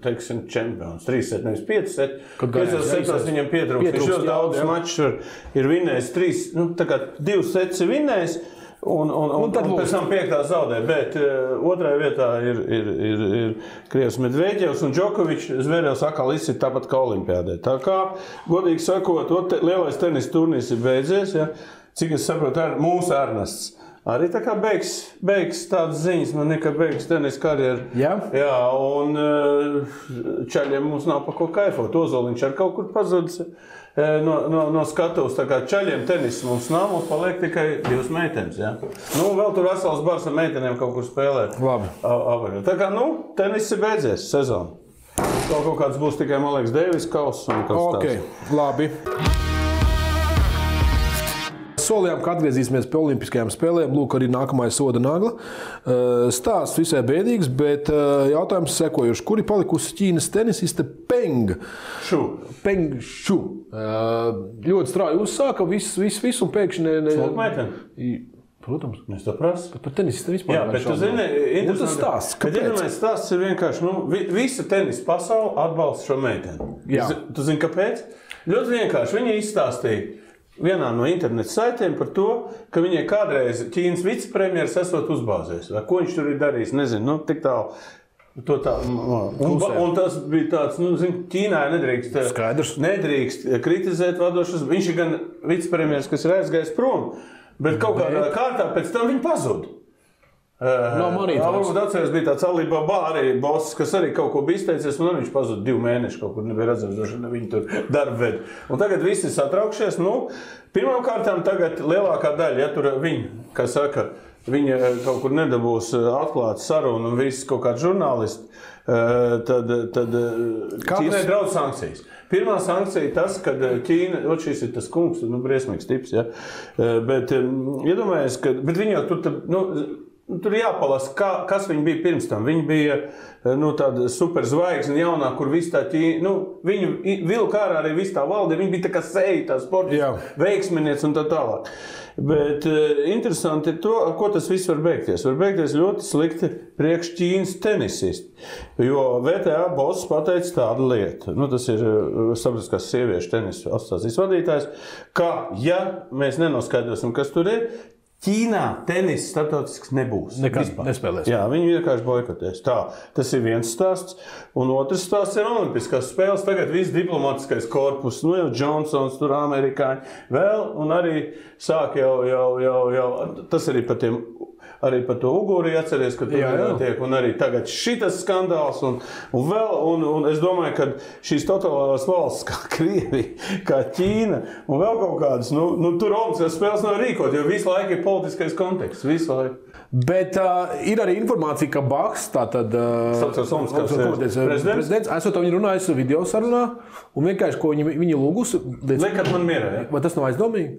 Speaker 2: teiksim, čempions. Trīs setu, nevis pieci setu.
Speaker 3: Kad
Speaker 2: Piecos
Speaker 3: gan, jā,
Speaker 2: setos
Speaker 3: jā.
Speaker 2: viņam pietrūkst. Viņš
Speaker 3: Pietrūkst,
Speaker 2: ļoti
Speaker 3: jā,
Speaker 2: daudz
Speaker 3: jā.
Speaker 2: mačus ir- ir vinējis, trīs, nu, tā kā divus sets ir vinējis. Un, un, un,
Speaker 3: Un Nu, tad
Speaker 2: un pēc
Speaker 3: lūk.
Speaker 2: tam piektā zaudē, bet uh, otrajā vietā ir, ir, ir, ir Krievijas Medvedevs un Džokovičs. Zvērējas atkal izsita tāpat kā Olimpijādē. Tā kā, godīgi sakot, ot- te, lielais tenis turnīrs ir beidzies. Ja? Cik es saprotu, ar, mūsu ārnests arī tā kā beigs, beigs tādas ziņas, man nekad beigs tenis karjeru.
Speaker 3: Jā.
Speaker 2: Jā, un eh, čaļiem mums nav pa ko kaifot. Ozoliņš ir kaut kur pazudis eh, no, no, no skatuves. Tā kā čaļiem tenis mums nav, mums paliek tikai divas meitenes. Ja? Nu, vēl tur vesels bars ar meitenēm kaut kur spēlē.
Speaker 3: Labi.
Speaker 2: A- avaļā. Tā kā, nu, tenis ir beidzies sezonu. Kaut, kaut kāds būs tikai, man liekas, Deivis Kauss un kas
Speaker 3: Ok,
Speaker 2: tāds.
Speaker 3: labi. Solījām, ka atgriezīsimies pie Olimpiskajām spēlēm. Lūk, arī nākamais soda nagla. Uh, Stāsts visai bēdīgs, bet uh, jautājums sekojošs. Kur ir palikusi Ķīnas tenisiste Penga?
Speaker 2: Šu.
Speaker 3: Pengšu. Uh, Ļoti strauji uzsāka visu, visu, visu un pēkšņi. ne- ne-
Speaker 2: Lūk, meitene.
Speaker 3: I- Protams,
Speaker 2: Es to prasu.
Speaker 3: par tenisu vispār
Speaker 2: Jā, bet tu zini,
Speaker 3: ir tas stāsts. Kāpēc?
Speaker 2: Pirmais stāsts ir vienkārši, nu, vi, visa tenisa pasaule atbalsta šo meiteni.
Speaker 3: Jā.
Speaker 2: Tu zi- Tu zini, kāpēc? Ļoti vienkārši. Viņa izstāstīja vienā no internetu saitēm par to, ka viņai kādreiz Ķīnas vicepremjeras esot uzbāzies. Vai ko viņš tur ir darījis? Nezinu, nu, tik tālu. To Tā, un, un, un tas bija tāds, nu, zin, Ķīnā nedrīkst, eh,
Speaker 3: Skaidrs.
Speaker 2: nedrīkst eh, kritizēt vadošos. Viņš ir gan vicepremjerministrs, kas ir aizgājis prom,
Speaker 3: Nu,
Speaker 2: bet kaut kādā kārtā pēc tam viņa pazuda. eh,
Speaker 3: Nav manītājs.
Speaker 2: Jā, varbūt atceros, bija tāds Alibaba arī boss, kas arī kaut ko bija izteicies, un arī viņš pazuda divu mēnešu kaut kur, nebija redzams, droši vien viņi tur darbu ved. Un tagad viss ir satraukšies. Nu, Pirmkārt, tagad lielākā daļa, ja tur viņi, kas saka, viņi eh, kaut kur nedabūs eh, atklātu sarunu un viss kaut kāds žurnālists, eh, tad, tad eh,
Speaker 3: Kāpēc?
Speaker 2: Ķīnai draudz sankcijas. Pirmā sankcija ir tas, ka Ķīna, ot, šis ir tas kungs, nu, briesmīgs tips, ja? Eh, bet em, iedomājies, ka bet viņi jau tur, tad, nu, nu, tur jāpalasa, kā, kas viņi bija pirms tam. Viņi bija eh, nu, tāda superzvaigzne jaunā, kur viss tā Ķīna, nu, viņu i- vilka ārā arī viss tā valde, viņi bija tā kā seja, tā sporta
Speaker 3: Jā.
Speaker 2: veiksminieks un tā tālāk. Bet uh, interesanti ir to, ar ko tas viss var beigties. Var beigties ļoti slikti priekš Ķīnas tenisistu. Jo VTA boss pateica tādu lietu, nu, tas ir eh, sabiedriskās sieviešu tenisa asociācijas vadītājs, ka, ja mēs nenoskaidrosim, kas tur ir, Ķīnā tenis starptautisks nebūs.
Speaker 3: Nekad
Speaker 2: Vispār.
Speaker 3: nespēlēs.
Speaker 2: Jā, viņi vienkārši boikotēs. Tā, tas ir viens stāsts. Un otrs stāsts ir Olimpiskās spēles. Tagad viss diplomātiskais korpus, nu jau Džonsons, tur amerikāņi. Vēl, un arī sāk jau, jau, jau, jau tas arī par tiem. Arī par to Uguriju atcerieties, ka tur
Speaker 3: Jā, jā.
Speaker 2: notiek. Un arī tagad šis skandāls. Un, un vēl, un, un es domāju, ka šīs totalitārās valsts, kā Krievija, kā Ķīna, un vēl kaut kādas, nu, nu tur Olimpiskās spēles nav rīkot, jo visu laiku ir politiskais konteksts. Visu laiku.
Speaker 3: Bet uh, ir arī informācija, ka Baks, tātad
Speaker 2: Starptautiskās Olimpiskās
Speaker 3: komitejas
Speaker 2: prezidents.
Speaker 3: prezidents, esot ar viņu runājis video sarunā, un vienkārši, ko viņi, viņi lūgusi, liec-
Speaker 2: Liekat man mierā. Ja?
Speaker 3: vai tas nav aizdomīgi?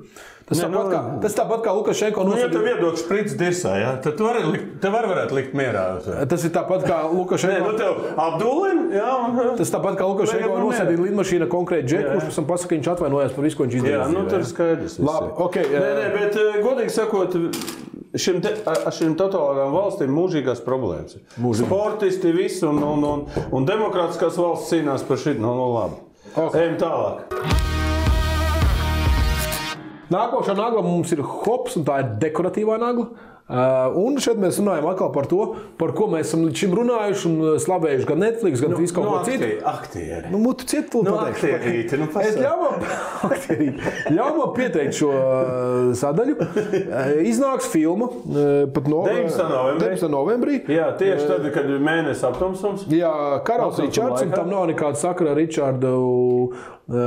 Speaker 3: Tas,
Speaker 2: Nē,
Speaker 3: tāpat,
Speaker 2: nu,
Speaker 3: kā, tas tāpat kā Lukašenko
Speaker 2: Nu, ja
Speaker 3: nosodīja.
Speaker 2: tev viedoklis sprits dirsā, ja, tad tu arī likt, tev arī varētu likt mierā.
Speaker 3: Tas ir tāpat kā
Speaker 2: Nē,
Speaker 3: Lukašenko.
Speaker 2: nu tev apdulin, jā, un...
Speaker 3: Tas tāpat kā Lukašenko
Speaker 2: Tagad nu nē.
Speaker 3: nosēdīja lidmašīna konkrēti džeku, kurš pēc tam pasaka, ka viņš atvainojās par visu, ko viņš izdarīja.
Speaker 2: Jā, nu
Speaker 3: dzīvē.
Speaker 2: tur skaidrs. viss,
Speaker 3: Labi,
Speaker 2: jā.
Speaker 3: ok, jā.
Speaker 2: Nē, nē, bet eh, godīgi sakot, šim te, ar ar šīm totalitārām valstīm mūžīgās problēmas. ir.
Speaker 3: Mūžīgi.
Speaker 2: Sportisti visi un, un, un, un demokrātiskās valsts cīnās par šit, nu, nu labi.
Speaker 3: Ok.
Speaker 2: Ejam tālāk.
Speaker 3: Nākošā nagla mums ir hops, un tā ir dekoratīvā nagla. Uh, un šeit mēs runājam atkal par to, par ko mēs esam līdz šim runājuši un uh, slavējuši gan Netflix, gan nu, visu kaut
Speaker 2: nu,
Speaker 3: ko citu.
Speaker 2: aktieri, Aktieri.
Speaker 3: Nu, mutu citu
Speaker 2: Nu,
Speaker 3: pateikšu.
Speaker 2: aktierīti, nu,
Speaker 3: Es
Speaker 2: pasaka.
Speaker 3: ļauju man- aktierīti. Ļauj man pieteikt šo uh, sadaļu. Uh, Iznāks filma uh, pat no
Speaker 2: 19. novembrī.
Speaker 3: 19. novembrī.
Speaker 2: Jā, tieši tad, kad ir mēnesis aptumsums.
Speaker 3: Jā, Karalis
Speaker 2: Apsveicam
Speaker 3: Ričards, un
Speaker 2: laikā.
Speaker 3: tam nav nekāda sakra ar Ričardu eh,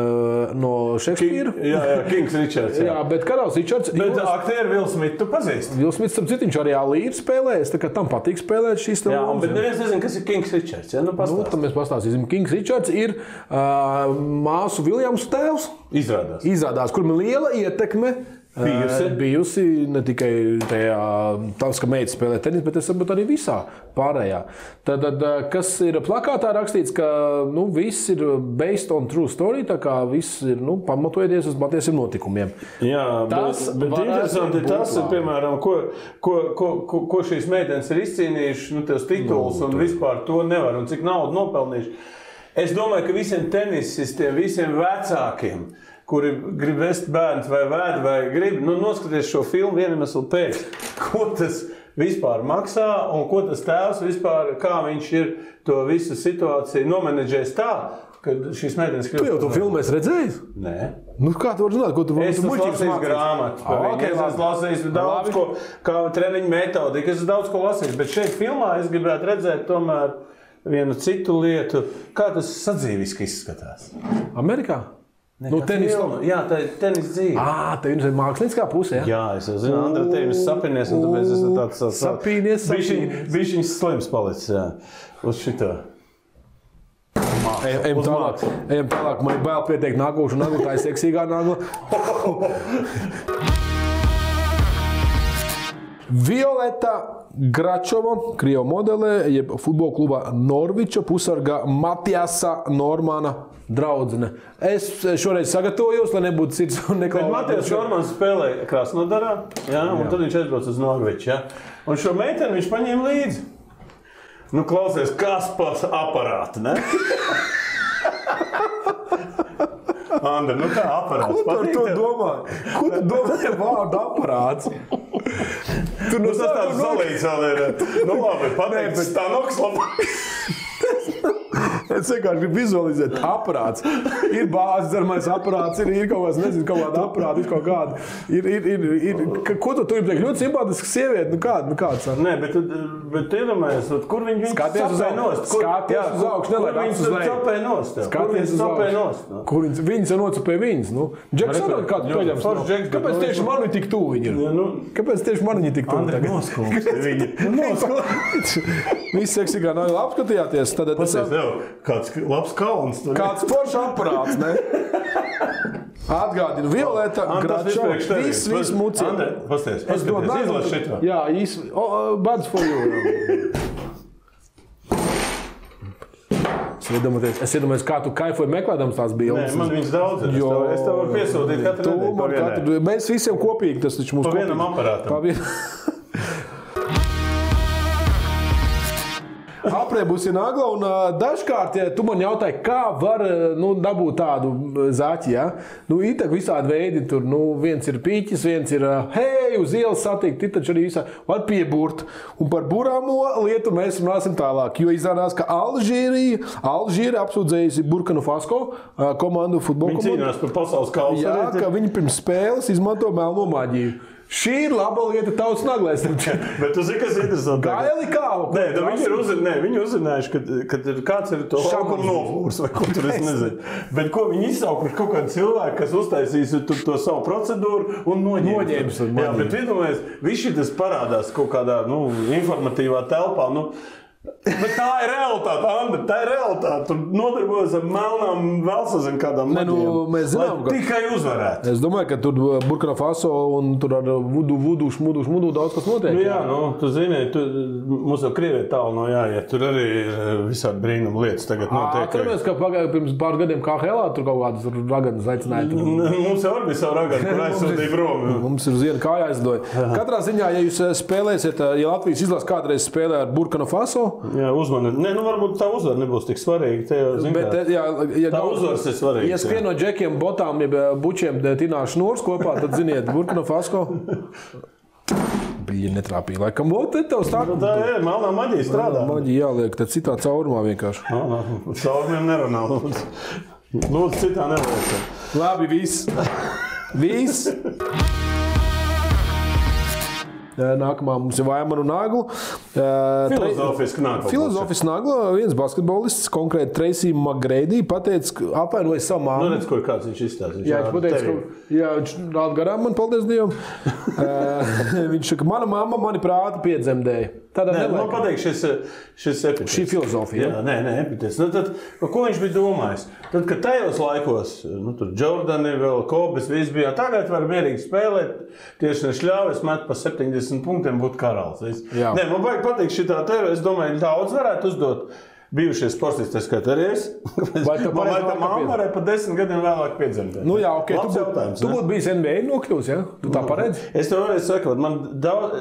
Speaker 3: no Šekspīra.
Speaker 2: Jā, jā, Kings Richards.
Speaker 3: Jā, bet Karls Richards.
Speaker 2: Bet
Speaker 3: Jūs-
Speaker 2: aktieru Vils Mitu pazīst.
Speaker 3: Jūs Smits, ap citu, viņš arī Alīru spēlējas, tā kā tam patīk spēlēt šīs te
Speaker 2: Jā,
Speaker 3: lomas,
Speaker 2: Nu, bet neviens nezina, kas ir Kings Richards. Jā, nu
Speaker 3: Nu,
Speaker 2: pastāst.
Speaker 3: tad mēs pastāstīsim, Kings Richards ir uh, māsu Viljams tēvs.
Speaker 2: Izrādās.
Speaker 3: Izrādās, kurim ir liela ietekme. ā,
Speaker 2: Eh, Bijusi.
Speaker 3: bijusi ne tikai tajā, tas, ka meitene spēlē tenisu, bet es saprotu, arī visā pārējā. Tad, tad, ā, kas ir plakātā rakstīts, ka nu, viss ir based on true story, tā kā viss ir nu, pamatojoties uz patiesiem notikumiem.
Speaker 2: Jā, tas
Speaker 3: Tas
Speaker 2: bet, bet
Speaker 3: varētu
Speaker 2: interesanti ir
Speaker 3: būt
Speaker 2: tas, ir,
Speaker 3: labi.
Speaker 2: piemēram, ko, ko, ko, ko, ko šīs meitenes ir izcīnījušas, nu, tos tituls un vispār to nevar, un cik naudu nopelnījuši. Es domāju, ka visiem tenisistiem, visiem vecākiem, kuri grib vest bērnu vai vēdu, vai grib, nu, noskaties šo filmu vienamēslu pēc, ko tas vispār maksā un ko tas tēvs vispār, kā viņš ir to visu situāciju nomenedžējis tā, ka šīs meitenes
Speaker 3: Tu jau to filmu esi redzējis?
Speaker 2: Nē.
Speaker 3: Nu, kā tu vari zināt, ko tu
Speaker 2: Es
Speaker 3: tu
Speaker 2: esmu
Speaker 3: muļķības
Speaker 2: lasījis
Speaker 3: mācies?
Speaker 2: grāmatu. par
Speaker 3: Ā,
Speaker 2: viņu.
Speaker 3: Ah, ok,
Speaker 2: Es
Speaker 3: labi.
Speaker 2: esmu lasījis daudz
Speaker 3: Labi.
Speaker 2: ko, kā treniņu metodi, kas ir daudz ko lasījis. Bet šeit filmā es gribētu redzēt tomēr vienu citu lietu, kā tas sadzīviski izskatās.
Speaker 3: Amerikā? Nu,
Speaker 2: Tā
Speaker 3: tenis
Speaker 2: filma, Jā, tā ir tenis dzīve.
Speaker 3: Ah, tā ir mākslinieckā pusē. Ja?
Speaker 2: Jā, es jau zinu, Andra, tev ir sapinies, un tāpēc es esmu tāds tāds
Speaker 3: Sapinies, sapinies.
Speaker 2: Viņš ir slims palicis, jā, uz šito.
Speaker 3: Ejam
Speaker 2: Uz
Speaker 3: tālāk, ejam tālāk. Man ir bail pieteikt nākošu naglu, tā ir seksīgā nagla. Violeta Gračova, Krievijas modelē, jeb futbola kluba Norviča pusarga Matijasa Normāna draudzene. Es šoreiz sagatavojos, lai nebūtu sirds un
Speaker 2: Bet Matijas
Speaker 3: neklausītos.
Speaker 2: Normans spēlēja Krasnodarā, jā, un jā. tad viņš aizbrauca uz Norviču. Jā. Un šo meiteni viņš paņēma līdzi. Nu, klausies, kas pats aparāts, ne? Andri, nu kā aparāts?
Speaker 3: Ko tu ar
Speaker 2: patīk
Speaker 3: to
Speaker 2: tev?
Speaker 3: domā? Ko tu domā ar vārdu aparāts? Tur
Speaker 2: Nu, tas tāds zalīts vēl ir. Nu, labi,
Speaker 3: Nē,
Speaker 2: pateikt,
Speaker 3: bet-
Speaker 2: bet tā noks labi.
Speaker 3: Es vienkārši gribu vizualizēt, aprāts. Ir bāzes darbais aprāts, ir, ir kaut kāds, nezinu, kaut kāda aprāta, ir kaut kāda. Ir, ir, ir, ir, ka- ko tu tur gribi teikt? Ļoti simpātiska sieviete, nu kāda, nu kāds. ar-
Speaker 2: Nē, bet, bet tu iedomājies, ot, kur viņi viņu
Speaker 3: Skaties uz
Speaker 2: sapē
Speaker 3: augšu.
Speaker 2: nost. Kur-
Speaker 3: Skaties
Speaker 2: jā,
Speaker 3: uz augšu,
Speaker 2: kur
Speaker 3: nelaiž
Speaker 2: viņi
Speaker 3: acis uz
Speaker 2: tur
Speaker 3: leju.
Speaker 2: Sapē nost. tev? Kur
Speaker 3: Skaties
Speaker 2: viņi
Speaker 3: uz
Speaker 2: sapē
Speaker 3: augšu.
Speaker 2: nost. nu?
Speaker 3: Kur viņas, viņas ir nocēpējuši viņas. Nu, Džeks,
Speaker 2: Reku,
Speaker 3: saprot, kāds
Speaker 2: ļoti
Speaker 3: pieļams.
Speaker 2: foršs
Speaker 3: nav.
Speaker 2: Džeks, bet
Speaker 3: Kāpēc
Speaker 2: nu,
Speaker 3: tieši
Speaker 2: viņš-
Speaker 3: man ir tik tuvu viņa?
Speaker 2: Ja, nu,
Speaker 3: Kāpēc tieši man viņa tik tuvu?
Speaker 2: Andri,
Speaker 3: tagad?
Speaker 2: noskums. Viņi
Speaker 3: Viss seksīgā nav apskatījāties. Tad tas ir.
Speaker 2: Paskatās, tev kāds labs nu, kalns. tur.
Speaker 3: Kāds foršs aparāts, ne? Atgādinu, Violeta, Gračova, viss, viss mucē.
Speaker 2: Pastāstiet,
Speaker 3: Es to
Speaker 2: paskatieties, izlasu šito.
Speaker 3: Jā, īsi. Bats for you. Es iedomājos, es iedomājos, kā tu kaifoji meklējot tās
Speaker 2: Nē,
Speaker 3: bildes.
Speaker 2: man viņas daudz ir.
Speaker 3: Jo,
Speaker 2: Jo, es tev varu piesūtīt katru
Speaker 3: Tu
Speaker 2: nedēļu. pa
Speaker 3: man
Speaker 2: vienai.
Speaker 3: katru, mēs visiem kopīgi tas taču mums
Speaker 2: Pa vienam
Speaker 3: kopīgi.
Speaker 2: aparātam.
Speaker 3: Pa vien... Aprē būs nagla, un ā, dažkārt, ja tu man jautāji, kā var ā, nu, dabūt tādu ā, zaķi, ja? nu, ir tā visādi veidi, tur, nu, viens ir pīķis, viens ir, ā, hei, uz ielas satikt, tu taču arī visā var pieburt. Un par burāmo lietu mēs runāsim tālāk, jo izrādās, ka Alžīrija, Alžīrija apsūdzējusi Burkanu Fasko ā, komandu futbola
Speaker 2: Viņi
Speaker 3: komandu.
Speaker 2: cīnās par pasaules kausu.
Speaker 3: Jā,
Speaker 2: arī,
Speaker 3: ka viņi pirms spēles izmanto melno maģiju. Šī ir laba lieta tautas naglēs.
Speaker 2: Bet tu zini, kas ir interesanti?
Speaker 3: Gaili kāva.
Speaker 2: Nē, nu, viņi ir uzzin, nē, viņi uzzinājuši, ka, ka ir kāds ir to
Speaker 3: Šamans.
Speaker 2: šādu nofūrs vai ko tur es nezinu. Bet ko viņi izsauka par kaut kādu cilvēku, kas uztaisīs tur to savu procedūru un
Speaker 3: Noņēmis
Speaker 2: noņēmis.
Speaker 3: un
Speaker 2: Jā, bet iedomājieties, viss šis parādās kaut kādā nu, informatīvā telpā. Nu, Bet tā ir realitāte, Anna. Tā ir realitāte. Tur nodarbojas ar melnām, vēl sazināmām kādām
Speaker 3: Nē, nu,
Speaker 2: matiem,
Speaker 3: mēs
Speaker 2: lai
Speaker 3: zinām, ka-
Speaker 2: Tikai uzvarēt.
Speaker 3: Es domāju, ka tur uh, Burkina Faso un tur ar uh, vudu, vudu, šmudu, šmudu daudz kas notiek.
Speaker 2: Nu, jā, nu, tu zini, tu, mums jau Krievijā tālu no jāiet. Tur arī ir eh, visādi brīnumi lietas tagad notiek.
Speaker 3: Atceramies, ka pagājušajā pirms pāris gadiem KHL tur kaut kādas raganas aicināja. tur
Speaker 2: Mums jau bija sava ragana, kur aizsūtīja prom.
Speaker 3: Mums Nu, ir uz vienu kāju aizdoja. Katrā ziņā, ja jūs eh, spēlēsiet, eh, ja Latvijas izlase kādreiz spēlē ar Burkina Faso,
Speaker 2: Jā, uzmanīgi. Nē, nu varbūt tā uzvara nebūs tik svarīga. Te jau, zin,
Speaker 3: bet,
Speaker 2: bet,
Speaker 3: eh, ja, ja
Speaker 2: tā
Speaker 3: gal-
Speaker 2: uzvara ir svarīga.
Speaker 3: Ja skrien no džekiem, botām, jeb eh, bučiem eh, tināšu nūrs kopā, tad ziniet, Burkina Fasko. Bija netrāpīja. Laikam, o, te tev
Speaker 2: Nu,
Speaker 3: stāv.
Speaker 2: tā ir melnā maģija strādā.
Speaker 3: Maģi jāliek, tad citā caurumā vienkārši.
Speaker 2: Caurumiem nerunā. lūdzu. Lūdzu, citā nevajag.
Speaker 3: Labi, viss. viss. Eh, Nākamā mums ir Vaimana un Nāgla.
Speaker 2: Filozofiski nāk.
Speaker 3: Filozofis Nagla, viens basketbolists, konkrēti Tracy Magreidī, pateica, ka apvainoja savu
Speaker 2: Nu,
Speaker 3: māmu.
Speaker 2: redz, kur kāds viņš izstāsta.
Speaker 3: Jā, viņš
Speaker 2: rāda
Speaker 3: pateica,
Speaker 2: tevi.
Speaker 3: ka jā, viņš rāda garām man, paldies Dievam. Ē, viņš saka, mana mamma mani prātu piedzemdēja. Tādā
Speaker 2: Nē, nu, man
Speaker 3: nelēkā.
Speaker 2: patīk šis, šis epitēts.
Speaker 3: Šī filozofija,
Speaker 2: Jā, nē, nē epitēts. Nu, tad, nu, ko viņš bija domājis? Tad, kad tajos laikos, nu, tur Jordani, vēl Kobis, viss bija. "Ah, Tagad var mierīgi spēlēt, tieši ne šļāvis, met pa 70 punktiem būt karalis. viss.
Speaker 3: Jā.
Speaker 2: Nē, man baigi patīk šī tā teorija. Es domāju, daudz varētu uzdot. Bijušie sportisti, tas skaitā arī es.
Speaker 3: Vai tu
Speaker 2: Man
Speaker 3: pareizi
Speaker 2: tā
Speaker 3: nokāpies?
Speaker 2: mamma varēja pat desmit gadiem vēlāk piedzemdēt?
Speaker 3: Nu, jā, ok.
Speaker 2: Labs
Speaker 3: Tu, būtu,
Speaker 2: jautājums,
Speaker 3: tu
Speaker 2: ne?
Speaker 3: būtu bijis NBA nokļuvis, ja? Tu tā paredzi?
Speaker 2: Es tev vēlreiz saku, man daudz,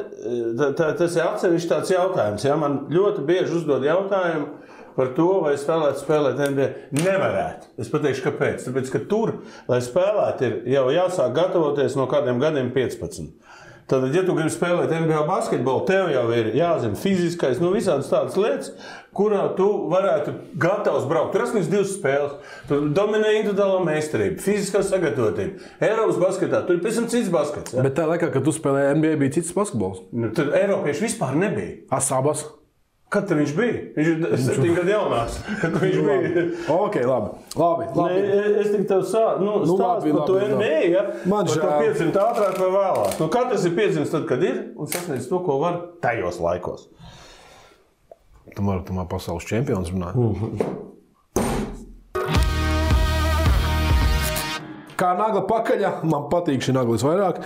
Speaker 2: tā, tā, tas ir atsevišķs tāds jautājums. Ja? Man ļoti bieži uzdod jautājumu. Par to, vai es vēlētu spēlēt NBA. Nevarētu. Es pateikšu, kāpēc. Tāpēc, ka tur, lai spēlētu, ir jau jāsāk gatavoties no kādiem gadiem 15. Tad, ja tu gribi spēlēt NBA basketbolu, tev jau ir jāzina fiziskais, nu, visādas tādas lietas, kurā tu varētu gatavs braukt. Tur esmu divas spēles. Tur dominē individuālā meistarība, fiziskā sagatavotība. Eiropas basketā tur ir pavisam cits baskets. Ja?
Speaker 3: Bet tajā laikā, kad tu spēlēji NBA, bija cits basketbols.
Speaker 2: Nu, Tad Eiropiešu vispār nebija.
Speaker 3: Asabas.
Speaker 2: Kad tad viņš bija? Viņš ir septiņi gadi jaunāks. Kad viņš bija?
Speaker 3: Ok, labi. labi,
Speaker 2: Nē,
Speaker 3: Nu, labi.
Speaker 2: es tikai tev sāku nu,
Speaker 3: Nu,
Speaker 2: nu,
Speaker 3: labi,
Speaker 2: stāstu par to
Speaker 3: labi, labi.
Speaker 2: NBA. Ja?
Speaker 3: Man
Speaker 2: Par to
Speaker 3: žēl.
Speaker 2: 500 ātrāk vai vēlāk. Nu, katrs ir 500 tad, kad ir un sasniedz to, ko var tajos laikos.
Speaker 3: Tu vari tomēr pasaules čempions runāt. Kā nagla pakaļ, man patīk šī nagla visvairāk.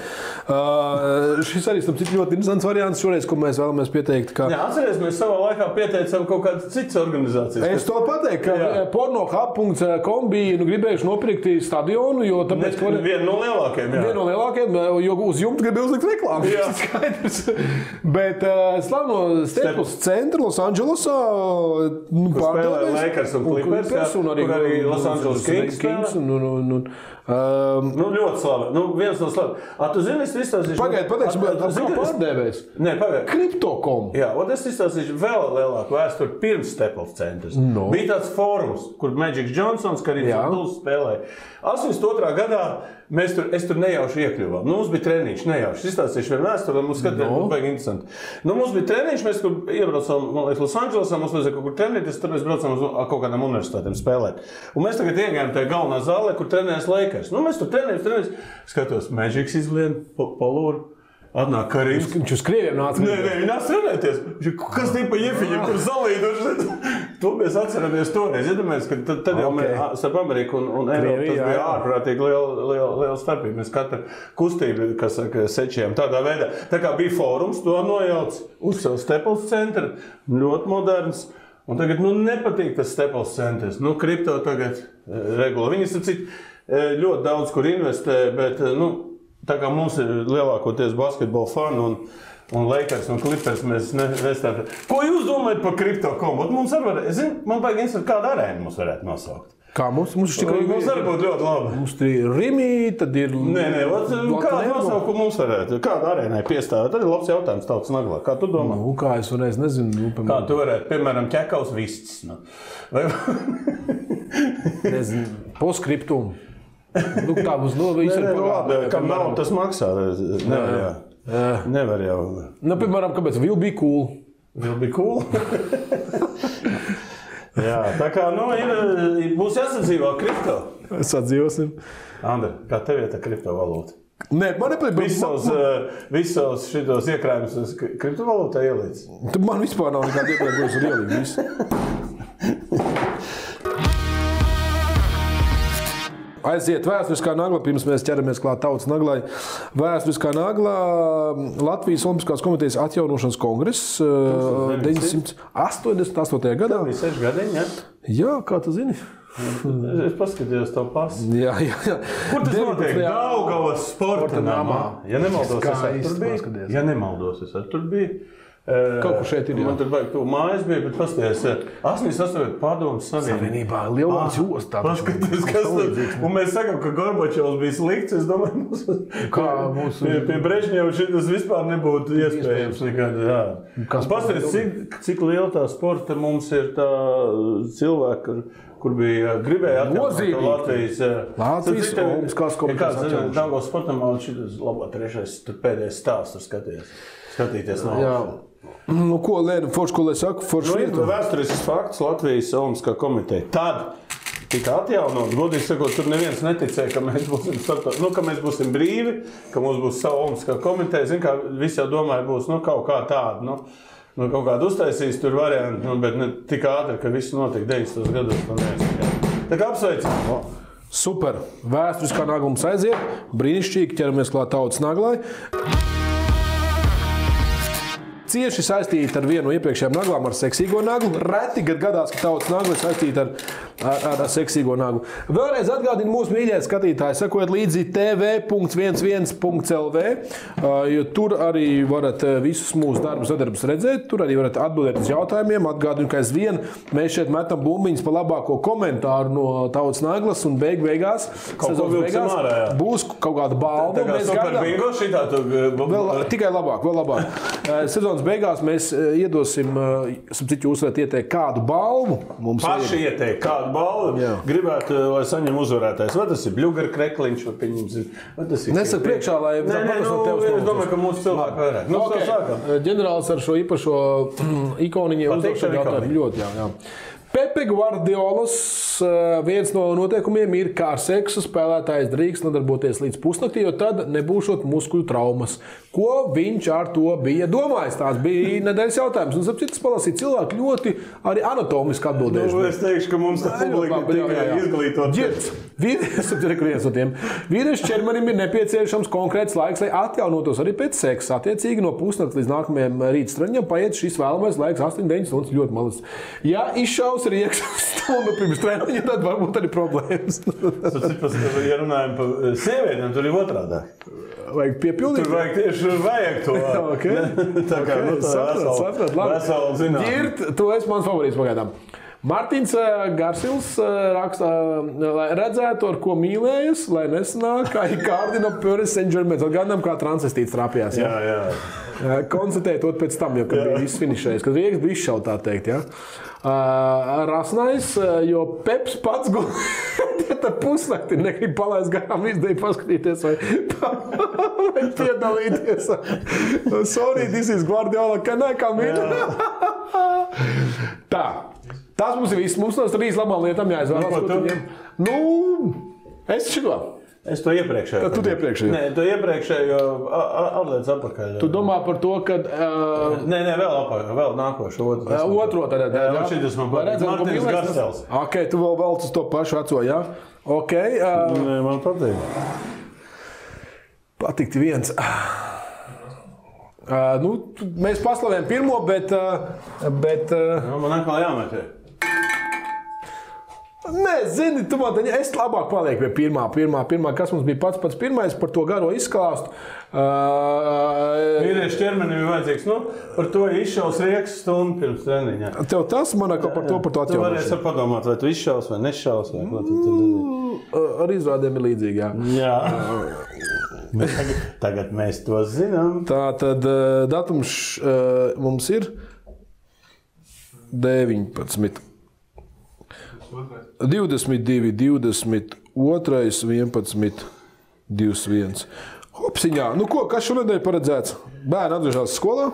Speaker 3: Uh, šis arī ir ļoti interesants variants. Šoreiz, ko mēs vēlamies pieteikt, ka
Speaker 2: Jā, atcerieties, mēs savā laikā pieteicām kaut kādas citas organizācijas.
Speaker 3: Es to pateiktu, ka
Speaker 2: Jā.
Speaker 3: pornogrāfija.com bija nu, gribējuši nopirkt stadionu, jo tāpēc,
Speaker 2: Mēs
Speaker 3: ka
Speaker 2: varam
Speaker 3: var...
Speaker 2: vienu no lielākajiem. jā.
Speaker 3: viena no lielākajām, eh, jo uz jumta gribēja uzlikt reklāmu.
Speaker 2: Jā.
Speaker 3: Tas skaidrs. Bet uh, slavno Stepus centru Losandželosā nu,
Speaker 2: spēlē Lakers un Clippers, jā,
Speaker 3: un arī,
Speaker 2: kur arī Los Angeles Kings
Speaker 3: Kings un, un, un, un, um,
Speaker 2: Nu, ļoti slabi. Nu, viens no slabākajiem. A, tu zini, es izstāstīšu.
Speaker 3: Pagaidiet,
Speaker 2: A,
Speaker 3: pateiksim,
Speaker 2: a, tu
Speaker 3: kā
Speaker 2: zini, es-
Speaker 3: pārdevējs.
Speaker 2: Nē, pagaidiet.
Speaker 3: Kriptokom.
Speaker 2: Jā, un es izstāstīšu vēl lielāku vēsturi pirms Steples centra.
Speaker 3: Nu.
Speaker 2: Bija tāds fórums, kur Maģis Džonsons, kā arī
Speaker 3: Jā.
Speaker 2: Dārns, spēlēja. 82. gadā mēs tur, es tur nejauši iekļuvām. Nu, mums bija treniņš, nejauši. Es izstāstīšu vienu vēsturi, lai mums skatītos,
Speaker 3: Nu.
Speaker 2: no. kāda ir interesanti. Nu, mums bija treniņš, mēs tur iebraucām, man liekas, Losandželosā, mums vajadzēja kaut kur trenēties, tur mēs braucām uz kaut kādām universitātēm spēlēt. Un mēs tagad iegājām tajā galvenā zālē, kur trenējas Lakers. Nu, mēs tur trenējamies, trenējamies. Skatos, Maģis izlien pa- palūru, atnāk Karims.
Speaker 3: Viņš uz krieviem nāca.
Speaker 2: Nē, nē, viņi nāca trenēties. Viņš ir, Kas tie pa iefiņiem, kur zalīduši? to mēs atceramies toreiz. Iedomājamies, ka tad, tad jau
Speaker 3: Ok.
Speaker 2: okay. starp Ameriku un, un Eiropu
Speaker 3: Krieviju,
Speaker 2: tas
Speaker 3: jā,
Speaker 2: bija
Speaker 3: jā.
Speaker 2: ārprātīgi liela, liela, liela starpība. Mēs katru kustību, kas saka, sečējām tādā veidā. Tā kā bija fórums, to nojauc uzcēl Steples centra, ļoti moderns. Un tagad nu, nepatīk tas Steples centrs. Nu, kripto tagad e, regulē. Viņi starp citu e, ļoti daudz kur investē, bet e, nu, tā kā mums ir lielākoties basketbola fani. Un, Un Lakers un Clippers mēs ne- nestāvim. Ko jūs domājat par kriptokomu? Ot, Mums arī, var- zin, man vajag interesēt, kāda arēna mums varētu nosaukt.
Speaker 3: Kā mums? Mums ir tikai
Speaker 2: Mums arī būtu ļoti labi.
Speaker 3: Mums tur ir Rimi, tad ir.
Speaker 2: Nē, nē, nu, vat, kāda
Speaker 3: Latvijas-
Speaker 2: nosaukuma mums varētu? Kāda arēnai piestāvēt? Tad ir labs jautājums tautas naglā. Kā tu domā?
Speaker 3: Nu, kā es varēju, nezinu,
Speaker 2: Mm.
Speaker 3: nu,
Speaker 2: Kā
Speaker 3: piemēram,
Speaker 2: tu varētu, piemēram, ķekaus vists? Nu? Vai...
Speaker 3: nezinu, poskriptum. Nu, tā būs no
Speaker 2: Nē,
Speaker 3: viņas
Speaker 2: nē, nu, labi, kam nav,
Speaker 3: piemēram,
Speaker 2: tas maksā. Nevar, jā. Nevar jau.
Speaker 3: nu, piemēram, kāpēc Vilnius bija cool?
Speaker 2: Vēl bija cool. jā, tā kā, nu, ir, būs jāsadzīvā kripto.
Speaker 3: Sadzīvosim.
Speaker 2: Andri, kā tev ir tā kriptovalūta?
Speaker 3: Nē, man nepatīk. bet
Speaker 2: Visus
Speaker 3: man-
Speaker 2: savus, eh, visus savus šitos iekrājumus uz kri- kriptovalūtā ielīdz.
Speaker 3: Tu man vispār nav nekāda ieteikuma, ko es varu ielikt. visu. Aiziet vēsturiskā nagla, pirms mēs ķeramies klāt tautas naglai. Vēsturiskā nagla Latvijas Olimpiskās komitejas atjaunošanas kongress eh, 988. gadā.
Speaker 2: Bija seši gadiņi, ja?
Speaker 3: Jā, kā tu zini?
Speaker 2: Es paskatījos to pasu.
Speaker 3: Jā, jā, jā.
Speaker 2: Kur tas
Speaker 3: 19.
Speaker 2: notiek? Daugavas sporta
Speaker 3: Sporta namā.
Speaker 2: namā. Ja nemaldos, es arī
Speaker 3: Skaisti
Speaker 2: tur biju.
Speaker 3: paskaties.
Speaker 2: Ja nemaldos, es arī tur biju.
Speaker 3: Kaut kur šeit ir, jā.
Speaker 2: Man tur vajag to mājas bija, bet paskatās, 88 padomu savienību.
Speaker 3: Savienībā Lielvārds ostā.
Speaker 2: Paskatās, kas tur ir. Un mēs sakām, ka Gorbačovs bija slikts. Es domāju, mums,
Speaker 3: Kā mūsu-
Speaker 2: pie, pie Brežņeva šis vispār nebūtu iespējams. Nekad, jā.
Speaker 3: Kas par
Speaker 2: Paskatās,
Speaker 3: to
Speaker 2: cik, cik liela tā sporta mums ir tā eh, cilvēka, kur, kur bija gribēja atjaunot
Speaker 3: Nozīmīgi.
Speaker 2: to Latvijas. eh, jā.
Speaker 3: Latvijas
Speaker 2: Cik tev-
Speaker 3: Olimpiskās
Speaker 2: ja
Speaker 3: komitejas
Speaker 2: Kāds ir
Speaker 3: atjaunošana.
Speaker 2: Dāngos sportam, man šis labā trešais, tur pēdējais stāsts tur skaties. Skatīties nav.
Speaker 3: Jā. Nu, ko lai nu, forši, ko lai saka,
Speaker 2: Nu,
Speaker 3: forši
Speaker 2: ir
Speaker 3: vietu.
Speaker 2: vēsturisks fakts Latvijas Olimpiskā komiteja. Tad tika atjaunots, godīgi sakot, tur neviens neticēja, ka mēs būsim, starptau- nu, ka mēs būsim brīvi, ka mums būs sava Olimpiskā komiteja. Zin, kā, visi jau domāja, būs nu, kaut kā tāda. Nu, nu, kaut kāda uztaisīs tur variantu, nu, bet ne tik ātri, ka viss notika 90. gados. nu, neviens tikai. Tā kā apsveicam! nu. O,
Speaker 3: Super. Vēsturiskā nagla aiziet. Brīnišķīgi ķeramies klāt tautas naglai. Cieši saistīta ar vienu no iepriekšējām naglām, ar seksīgo naglu. Reti gad gadās, ka tautas nagla ir saistīta ar, ar, ar, ar seksīgo naglu. Vēlreiz atgādinu mūsu mīļie skatītāji, sekojiet līdzi tv.11.lv, ā, jo tur arī varat ā, visus mūsu darbus, sadarbus redzēt. Tur arī varat atbildēt uz jautājumiem. Atgādinu, ka aizvien mēs šeit metam bumbiņas par labāko komentāru no tautas naglas un beig beigās,
Speaker 2: ko
Speaker 3: sezonas
Speaker 2: vilksim
Speaker 3: beigās
Speaker 2: ārā, jā.
Speaker 3: būs kaut kāda balva.
Speaker 2: Tā kā
Speaker 3: Mēs
Speaker 2: super
Speaker 3: gaidām-
Speaker 2: bingo šitā tu eh,
Speaker 3: Vēl, eh,
Speaker 2: vēl.
Speaker 3: tikai labāk, vēl labāk. Eh, Sezonas beigās mēs eh, iedosim, eh, sapratu, jūs varat ieteikt kādu balvu. Mums
Speaker 2: Paši
Speaker 3: ir.
Speaker 2: ieteikt, kādu balvu
Speaker 3: Jā.
Speaker 2: gribētu, eh, lai saņemtu uzvarētājs. Vai tas ir Bluegrass, Krekliņš vai pieņemsim? vai tas ir-
Speaker 3: Nesat priekšā, lai
Speaker 2: Nē, nē,
Speaker 3: paprasot
Speaker 2: nu,
Speaker 3: tev
Speaker 2: es
Speaker 3: stāvoklis.
Speaker 2: domāju, ka mūsu cilvēki varētu. Nu, okay. sākam.
Speaker 3: Eh, Ģenerālis ar šo īpašo mm, ikoniņu
Speaker 2: Patīk
Speaker 3: uzdošu
Speaker 2: tev
Speaker 3: jautājumu. Ļoti, jā, jā. Pepe Guardiolas eh, viens no noteikumiem ir, kā ar seksu spēlētājs drīkst nodarboties līdz pusnaktī, jo tad nebūšot muskuļu traumas. Ko viņš ar to bija domājis? Tās bija nedēļas jautājums. Un, ap citu, palasīt cilvēku ļoti arī anatomiski atbildējuši.
Speaker 2: Nu, es teikšu, ka mums tā
Speaker 3: nu,
Speaker 2: publika ir tikai izglītota.
Speaker 3: Izglītot. Vīriešu ķermenim ir nepieciešams konkrēts laiks, lai atjaunotos arī pēc seksa. Attiecīgi, no pusnakts līdz nākamajam rītstraņam paiet šis vēlamais laiks, 8-9 stundas. Ļoti malas. Ja izšaus rieksa stundu pirms treniņa, tad varbūt arī problēmas.
Speaker 2: Cipas, ja runājam par eh, sievietēm, tur ir otrādi.
Speaker 3: Vajag
Speaker 2: Tur
Speaker 3: piepildīt.
Speaker 2: vajag tieši vajag to.
Speaker 3: Ok.
Speaker 2: Tā kā
Speaker 3: Ok,
Speaker 2: nu, tā
Speaker 3: sapratu,
Speaker 2: vesela-
Speaker 3: sapratu, labi.
Speaker 2: vesela zināma.
Speaker 3: Gird, tu esi mans favorīts pagaidām. Mārtiņš Garsils eh, raksta, eh, lai redzētu, ar ko mīlējas, lai nesanāk, kā ir kārdina Pēris Saint-Germain. Atgādinām, kā transvestīts trāpījās.
Speaker 2: Jā,
Speaker 3: Ja?
Speaker 2: jā.
Speaker 3: Eh, Konstatēja to pēc tam, jau, kad bija viss finišējis, kad rīks bija izšauts, tā teikt. Ja? Uh, Rasnais, eh, jo Peps pats gulēja pusnaktī, negrib palaist garām izdevību, paskatīties, vai, vai piedalīties. Sorry, this is Guardiola, ka nē, kā mīļā. Tā. Tas mums ir viss. Mums no trīs labām lietām jāizvēlas.
Speaker 2: Nu, ko
Speaker 3: ko
Speaker 2: tu?
Speaker 3: tu ņem. Nu, es šo.
Speaker 2: Es to iepriekšēju.
Speaker 3: Tad tu tie priekšējo.
Speaker 2: Nē, to iepriekšējo a- a- atlaiž apakaļ.
Speaker 3: Tu domā par to, ka. Uh,
Speaker 2: Nē, nē, vēl apakaļ, vēl nākošo. otru.
Speaker 3: Jā, Otro tādā
Speaker 2: Jā, un šitas man patīk. Martins Garsels.
Speaker 3: Ok, tu vēl velc uz to pašu veco, jā? Ok, uh,
Speaker 2: Nē, man patīk.
Speaker 3: patikt viens. Uh, nu, tu- mēs paslavējam pirmo, bet, uh, bet uh,
Speaker 2: Nu, Man atkal jāmetē.
Speaker 3: nē, zini, tu man te es labāk palieku pie pirmā, pirmā, pirmā, kas mums bija pats pats pirmais par to garo izklāstu. Uh,
Speaker 2: Vīriešu ķermenim ir vajadzīgs. Nu, par to izšaus rieks stundu pirms treniņa.
Speaker 3: tev tas manā kā par to, par to
Speaker 2: Tu varēsi
Speaker 3: atjaunošanu.
Speaker 2: ar padomāt, vai tu izšaus vai nešaus. Vai ko tu tur dari.
Speaker 3: Uh, ar izrādēm ir līdzīgi, jā.
Speaker 2: Jā, mēs tagad, tagad mēs to zinām.
Speaker 3: Tā tad eh, datums eh, mums ir 19. 22, 22, 11, 21. Hopsiņā, nu ko, kas šonadēļ paredzēts? Bērni atgriežas skolā.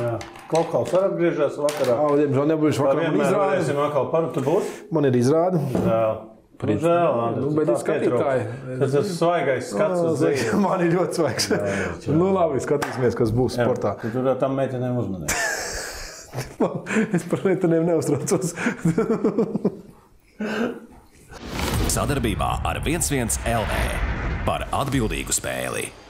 Speaker 2: Jā. Kaut kā var atgriezties vakarā.
Speaker 3: Au, diemžēl nebūs
Speaker 2: Tā
Speaker 3: vakarā. Man
Speaker 2: vienmēr
Speaker 3: izrāde.
Speaker 2: varēsim atkal par to būt.
Speaker 3: Man ir izrāde.
Speaker 2: Žēl. Nu, žēl, Andri,
Speaker 3: Nu,
Speaker 2: tu
Speaker 3: bet
Speaker 2: tā
Speaker 3: ir skatītāji.
Speaker 2: pietrūc. Tas ir svaigais skats uz zemes.
Speaker 3: Man ir ļoti svaigs. Nu labi, skatīsimies, kas būs sportā.
Speaker 2: Tu tur ar tam meitenēm uzmanīgi.
Speaker 3: Es par lietām neuztraucos.
Speaker 1: Sadarbībā ar 11 LV par atbildīgu spēli.